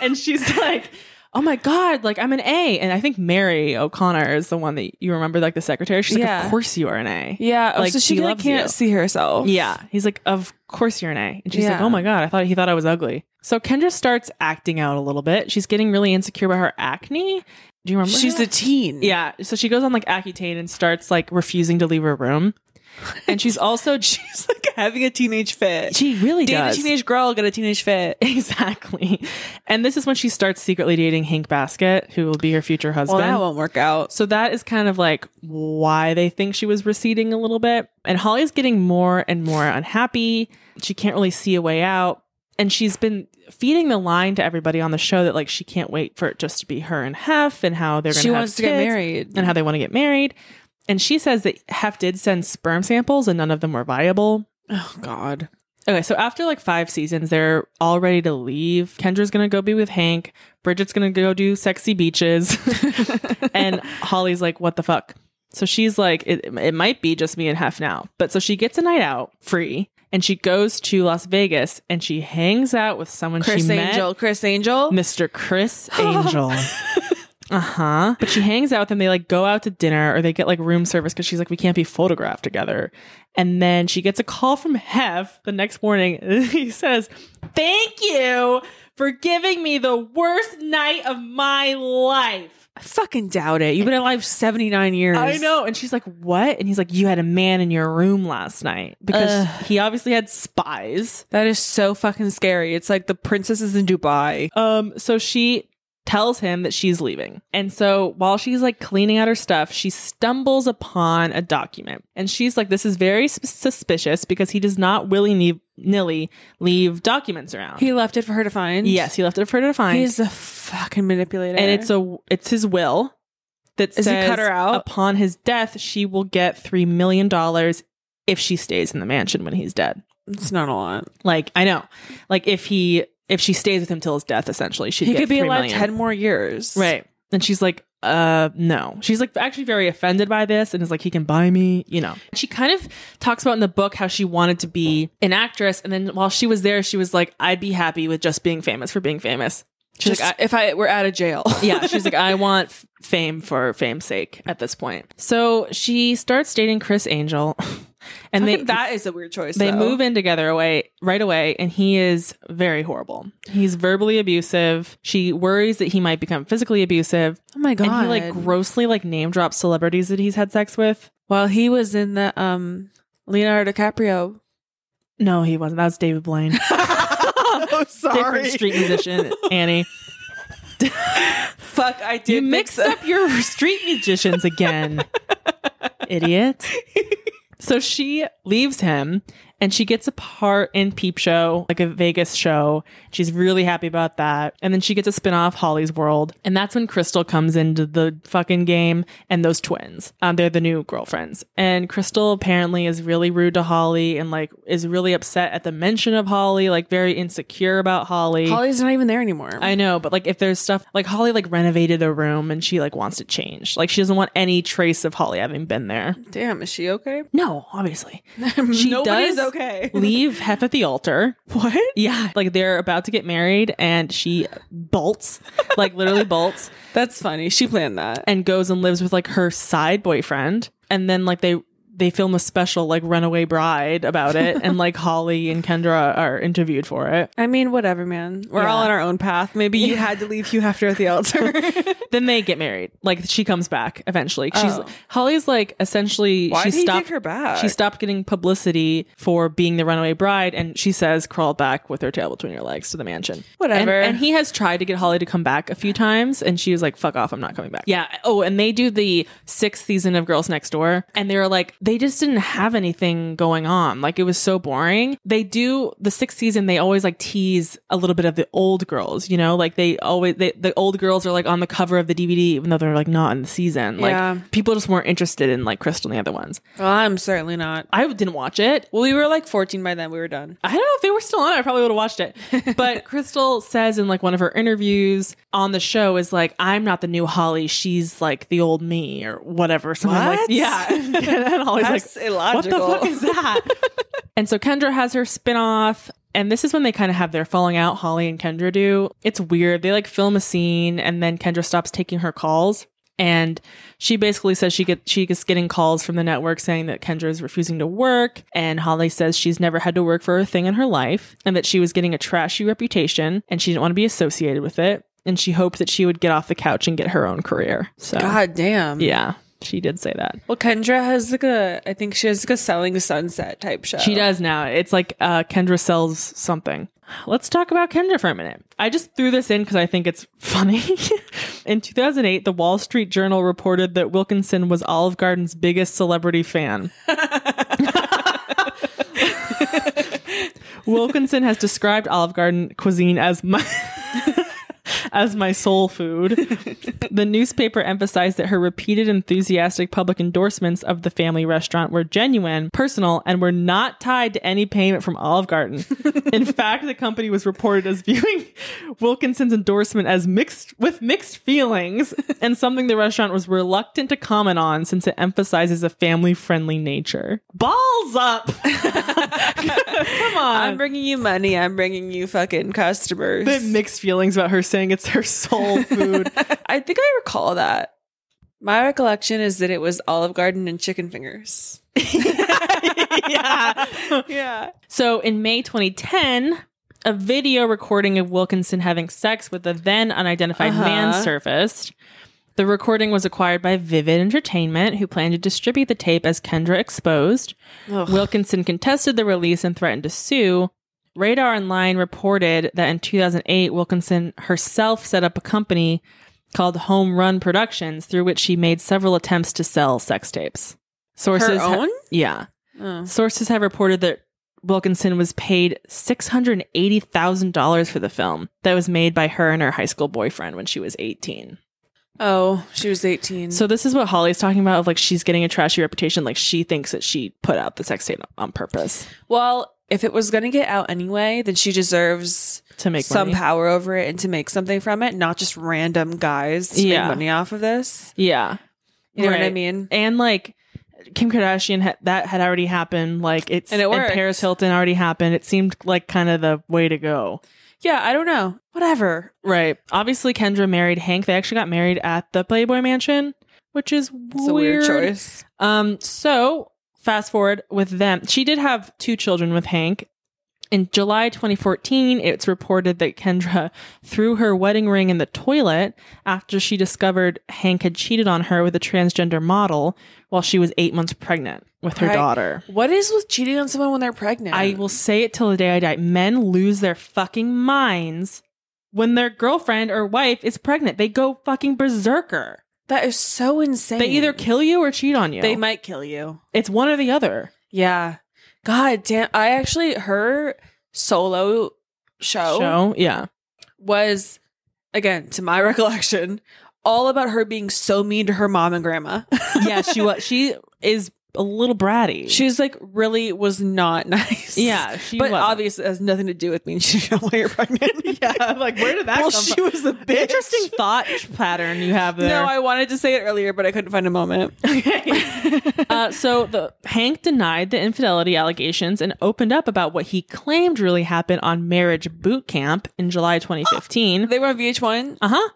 B: and she's like, "Oh my god, like I'm an A." And I think Mary O'Connor is the one that you remember, like the secretary. She's like,
A: Yeah.
B: "Of course you are an A."
A: yeah.
B: Like,
A: Like, so she,
B: she
A: like,
B: loves
A: can't
B: you.
A: see herself.
B: Yeah, he's like, "Of course you're an A." And she's like,
A: Yeah.
B: "Oh my god, I thought he thought I was ugly." So Kendra starts acting out a little bit. She's getting really insecure about her acne. Do you remember?
A: She's
B: that?
A: a teen.
B: yeah. So she goes on like Accutane and starts like refusing to leave her room. And she's also
A: She's like having a teenage fit.
B: she really
A: Date a
B: does.
A: teenage girl, get a teenage fit.
B: Exactly. And this is when she starts secretly dating Hank Basket, who will be her future husband.
A: Well, that won't work out.
B: so that is kind of like why they think she was receding a little bit. And Holly's getting more and more unhappy. She can't really see a way out. And she's been feeding the line to everybody on the show that like she can't wait for it just to be her and Hef and how they're going
A: She
B: have
A: wants to get
B: kids
A: married.
B: and how they want to get married. And she says that Hef did send sperm samples and none of them were viable.
A: Oh God.
B: Okay, so after like five seasons, they're all ready to leave. Kendra's gonna go be with Hank. Bridget's gonna go do sexy beaches. and Holly's like, what the fuck? So she's like, it, it might be just me and Hef now. But so she gets a night out free and she goes to Las Vegas and she hangs out with someone
A: Chris
B: she
A: Angel. Chris Angel.
B: met, Mr. Chris Angel. uh huh. But she hangs out with them. They like go out to dinner or they get like room service because she's like, we can't be photographed together. And then she gets a call from Hef the next morning. he says, Thank you for giving me the worst night of my life.
A: I fucking doubt it. You've been alive seventy nine years.
B: I know. And she's like, What? And he's like, You had a man in your room last night because
A: Ugh.
B: he obviously had spies.
A: That is so fucking scary. It's like the princess is in Dubai.
B: Um, so she tells him that she's leaving. And so while she's like cleaning out her stuff, she stumbles upon a document. And she's like, this is very sus- suspicious because he does not willy nilly leave documents around.
A: He left it for her to find.
B: yes, he left it for her to find.
A: He's a fucking manipulator.
B: and it's a it's his will that
A: Does he
B: says
A: cut her out?
B: upon his death, she will get three million dollars if she stays in the mansion when he's dead.
A: it's not a lot.
B: Like I know, like if he if she stays with him till his death, essentially she
A: He could be alive
B: ten.
A: ten more years.
B: Right. And she's like, uh, no. She's like actually very offended by this and is like, he can buy me, you know. She kind of talks about in the book how she wanted to be an actress. And then while she was there, she was like, I'd be happy with just being famous for being famous. She's
A: Just
B: like, I-
A: if I were out of jail.
B: yeah, she's like, I want f- fame for fame's sake at this point. So she starts dating Chris Angel. And they,
A: that is a weird choice.
B: they
A: though.
B: move in together away right away, and he is very horrible. He's verbally abusive. She worries that he might become physically abusive.
A: Oh my god.
B: And he like grossly like name drops celebrities that he's had sex with.
A: Well, he was in the um Leonardo DiCaprio.
B: No, he wasn't. That was David Blaine.
A: oh,
B: Different street musician, Annie.
A: Fuck, I did
B: You mixed up your street musicians again. Idiot. So she leaves him and she gets a part in Peep Show, like a Vegas show. She's really happy about that. And then she gets a spin-off Holly's World. And that's when Crystal comes into the fucking game and those twins. Um, they're the new girlfriends. And Crystal apparently is really rude to Holly and like is really upset at the mention of Holly, like very insecure about Holly.
A: Holly's not even there anymore.
B: I know, but like if there's stuff like Holly like renovated a room and she like wants to change. Like she doesn't want any trace of Holly having been there.
A: Damn, is she okay?
B: No, obviously.
A: She
B: Nobody's
A: does okay.
B: Leave Hef at the altar.
A: what?
B: Yeah. Like they're about to get married and she bolts, like literally bolts,
A: That's funny. She planned that.
B: and goes and lives with like her side boyfriend. And then like they they film a special like runaway bride about it and like Holly and Kendra are interviewed for it.
A: I mean, whatever, man. We're all
B: Yeah.
A: on our own path. Maybe you had to leave Hugh Hefner at the altar.
B: Then they get married. Like she comes back eventually. She's
A: Oh.
B: Holly's like essentially she stopped
A: back?
B: She stopped getting publicity for being the runaway bride, and she says crawled back with her tail between her legs to the mansion.
A: Whatever.
B: And, and he has tried to get Holly to come back a few times, and she was like, "Fuck off, I'm not coming back." Yeah. Oh, and they do the sixth season of Girls Next Door, and they're like, they just didn't have anything going on. Like it was so boring. They do the sixth season. They always like tease a little bit of the old girls. You know, like they always they, the old girls are like on the cover of the DVD, even though they're like not in the season. Like
A: Yeah.
B: people just weren't interested in like Crystal and the other ones.
A: Well, I'm certainly not.
B: I didn't watch it.
A: Well, we were like 14 by then. We were done.
B: I don't know if they were still on. it, I probably would have watched it. But Crystal says in like one of her interviews on the show is like, "I'm not the new Holly. She's like the old me or whatever." So I'm like,
A: What?
B: "Yeah." And, Holly's
A: That's
B: like,
A: illogical.
B: "What the fuck is that?" and so Kendra has her spin off, and this is when they kind of have their falling out. Holly and Kendra do. It's weird. They like film a scene, and then Kendra stops taking her calls. And she basically says she get she is getting calls from the network saying that Kendra is refusing to work, and Holly says she's never had to work for a thing in her life, and that she was getting a trashy reputation, and she didn't want to be associated with it, and she hoped that she would get off the couch and get her own career. So
A: God damn.
B: yeah, she did say that.
A: Well, Kendra has like a, I think she has like a selling sunset type show.
B: She does now. It's like uh, Kendra sells something. Let's talk about Kendra for a minute. I just threw this in because I think it's funny. in 2008, the Wall Street Journal reported that Wilkinson was Olive Garden's biggest celebrity fan. Wilkinson has described Olive Garden cuisine as my as my soul food. the newspaper emphasized that her repeated enthusiastic public endorsements of the family restaurant were genuine, personal, and were not tied to any payment from Olive Garden. In fact, the company was reported as viewing Wilkinson's endorsement as mixed with mixed feelings and something the restaurant was reluctant to comment on since it emphasizes a family-friendly nature. Balls up. Come on.
A: I'm bringing you money. I'm bringing you fucking customers.
B: the mixed feelings about her saying it's her soul food.
A: I think I recall that. My recollection is that it was Olive Garden and chicken fingers.
B: yeah.
A: Yeah.
B: So in May 2010, a video recording of Wilkinson having sex with a then unidentified man
A: Uh-huh.
B: surfaced. The recording was acquired by Vivid Entertainment, who planned to distribute the tape as Kendra exposed. Wilkinson contested the release and threatened to sue. Radar Online reported that in 2008, Wilkinson herself set up a company called Home Run Productions, through which she made several attempts to sell sex tapes. Sources, ha-
A: own?
B: yeah,
A: Oh.
B: sources have reported that Wilkinson was paid six hundred eighty thousand dollars for the film that was made by her and her high school boyfriend when she was eighteen.
A: Oh, she was 18.
B: So this is what Holly's talking about of like she's getting a trashy reputation, like she thinks that she put out the sex tape on purpose
A: well, if it was going to get out anyway, then she deserves
B: to make
A: some
B: money.
A: power over it and to make something from it, not just random guys to
B: Yeah.
A: make money off of this.
B: Yeah,
A: You know what I
B: Right.
A: mean?
B: and like Kim Kardashian ha- that had already happened. Like it's
A: And it worked.
B: Paris Hilton already happened. It seemed like kind of the way to go.
A: Yeah, I don't know. Whatever.
B: Right. Obviously, Kendra married Hank. They actually got married at the Playboy Mansion, which is
A: It's a weird choice.
B: Um, so fast forward with them. She did have two children with Hank. In July 2014, it's reported that Kendra threw her wedding ring in the toilet after she discovered Hank had cheated on her with a transgender model while she was eight months pregnant with her
A: Right.
B: daughter.
A: What is with cheating on someone when they're pregnant?
B: I will say it till the day I die. Men lose their fucking minds when their girlfriend or wife is pregnant. They go fucking berserker.
A: That is so insane.
B: They either kill you or cheat on you.
A: they might kill you.
B: it's one or the other.
A: Yeah. God damn. I actually, her solo show,
B: Show? Yeah.
A: was, again, to my recollection, all about her being so mean to her mom and grandma.
B: yeah, she was. She is a little bratty.
A: She's like, really was not nice.
B: yeah, she
A: but
B: wasn't.
A: obviously, it has nothing to do with me. She know why you're pregnant.
B: yeah. I'm Like, where did that
A: well,
B: come
A: she
B: from?
A: was a bitch.
B: Interesting thought pattern you have there.
A: No, I wanted to say it earlier, but I couldn't find a moment.
B: uh, so the Hank denied the infidelity allegations and opened up about what he claimed really happened on Marriage Boot Camp in July 2015.
A: They were on VH1.
B: Uh huh.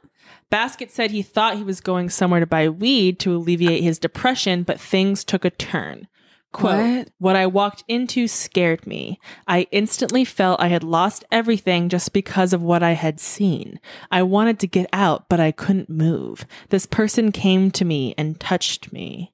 B: Basket said he thought he was going somewhere to buy weed to alleviate his depression, but things took a turn. Quote, what?
A: What?
B: I walked into scared me. I instantly felt I had lost everything just because of what I had seen. I wanted to get out, but I couldn't move. This person came to me and touched me.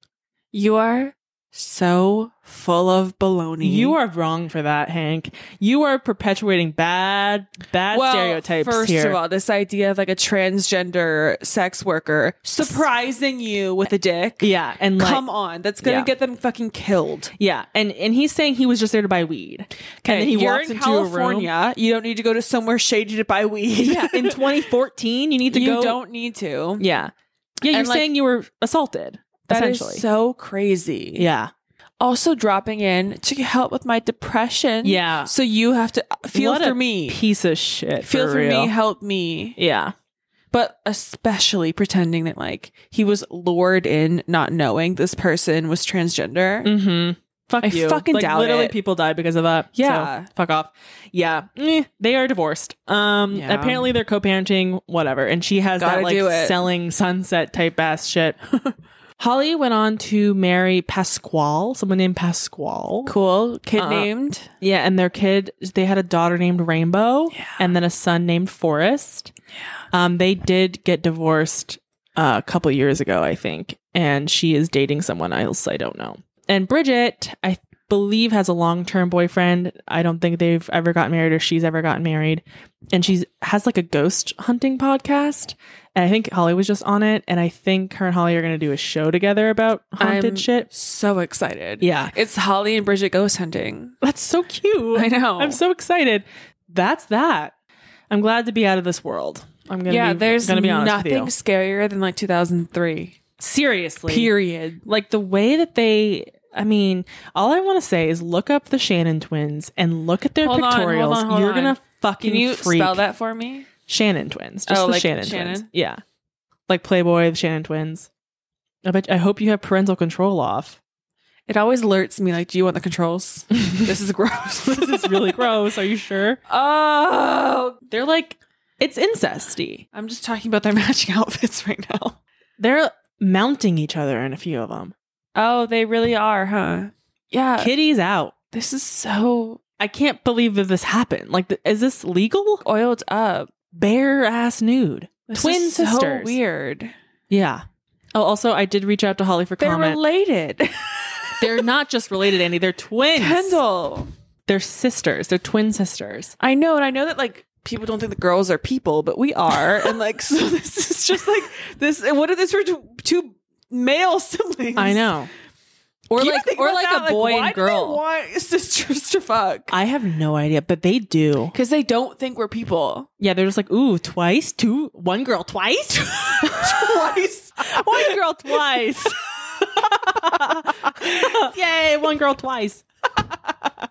A: You are so full of baloney.
B: You are wrong for that, Hank. You are perpetuating bad, bad
A: well,
B: stereotypes
A: First
B: here.
A: of all, this idea of like a transgender sex worker surprising you with a dick.
B: yeah, and like,
A: Come on, that's gonna
B: Yeah.
A: get them fucking killed.
B: yeah, and and he's saying he was just there to buy weed, and then he
A: You're
B: walks
A: in
B: into a room.
A: California. You don't need to go to somewhere shady to buy weed.
B: Yeah, in 2014, you need to
A: you
B: go.
A: don't need to.
B: Yeah, yeah. You're
A: And, like,
B: saying you were assaulted,
A: That is
B: essentially.
A: so crazy.
B: yeah,
A: Also dropping in to help with my depression.
B: Yeah.
A: So you have to feel
B: What
A: for
B: a
A: me.
B: piece of shit.
A: feel for
B: real.
A: me. Help me.
B: Yeah,
A: But especially pretending that like he was lured in, not knowing this person was transgender.
B: Mm-hmm. Fuck
A: I
B: you.
A: fucking
B: like,
A: doubt
B: literally
A: it.
B: people died because of that. So,
A: Yeah.
B: fuck off. Yeah. Eh, they are divorced. Um
A: Yeah.
B: apparently they're co-parenting, whatever. And she has
A: Gotta
B: that like
A: do it.
B: selling sunset type ass shit. Holly went on to marry Pasquale, someone named Pasquale.
A: Cool kid
B: Uh-uh.
A: named.
B: Yeah, and their kid they had a daughter named Rainbow
A: Yeah.
B: and then a son named Forrest. Yeah. Um they did get divorced uh, a couple years ago, I think, and she is dating someone else I don't know. And Bridget, I believe has a long-term boyfriend. I don't think they've ever gotten married or she's ever gotten married. And she's has like a ghost hunting podcast. And I think Holly was just on it and I think her and Holly are going to do a show together about haunted
A: I'm
B: shit.
A: So excited.
B: Yeah.
A: It's Holly and Bridget ghost hunting.
B: That's so cute.
A: I know.
B: I'm so excited. That's that. I'm glad to be out of this world. I'm gonna
A: yeah,
B: be,
A: there's
B: gonna be honest
A: nothing
B: with you.
A: scarier than like 2003.
B: Seriously,
A: Period.
B: like the way that they. I mean, all I want to say is look up the Shannon twins and look at their
A: Hold on, hold
B: pictorials.
A: on, hold
B: You're
A: on.
B: gonna fucking
A: Can you
B: freak.
A: spell that for me?
B: Shannon twins. Just
A: Oh,
B: the
A: like
B: Shannon, twins.
A: Shannon?
B: Yeah, like Playboy, the Shannon twins. I bet. I hope you have parental control off.
A: It always alerts me like, do you want the controls? this is gross.
B: this is really gross. Are you sure?
A: Oh,
B: They're like it's incesty.
A: I'm just talking about their matching outfits right now.
B: They're mounting each other in a few of them.
A: Oh, they really are, huh? Yeah.
B: Kitty's out.
A: This is so
B: I can't believe that this happened. Like, th- is this legal?
A: oiled up.
B: Bare ass nude.
A: This
B: Twin
A: is so
B: sisters.
A: weird.
B: Yeah. Oh, also, I did reach out to Holly for
A: They're
B: comment.
A: related.
B: they're not just related, Andy. They're twins.
A: Kendall.
B: They're sisters. They're twin sisters.
A: I know, and I know that like people don't think the girls are people, but we are, and like so this is just like this. and What if this were two, two male siblings?
B: I know.
A: or
B: Do you
A: like
B: think
A: or
B: about
A: like
B: that?
A: a boy
B: Like, why
A: and
B: do they
A: girl. want sisters to fuck
B: I have no idea, but they do.
A: because they don't think we're people.
B: Yeah, they're just like, ooh, twice, two, one girl twice,
A: Twice.
B: one girl twice. Yay, one girl twice.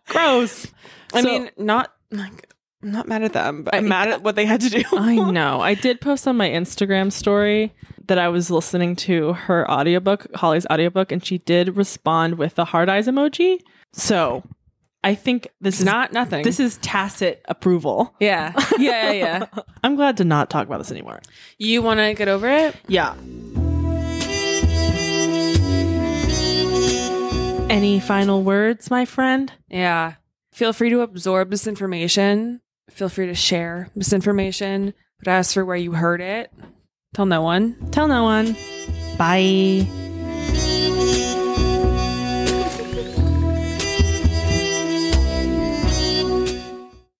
B: Gross.
A: I
B: So-
A: mean, not like I'm not mad at them, but I'm mad at what they had to do.
B: I know. I did post on my Instagram story that I was listening to her audiobook, Holly's audiobook, and she did respond with the heart eyes emoji. So I think this is
A: not nothing.
B: this is tacit approval.
A: yeah, yeah, yeah. yeah.
B: I'm glad to not talk about this anymore.
A: you want to get over it?
B: Yeah. Any final words, my friend?
A: Yeah. Feel free to absorb this information. Feel free to share this information. But as for where you heard it, tell no one.
B: Tell no one. Bye.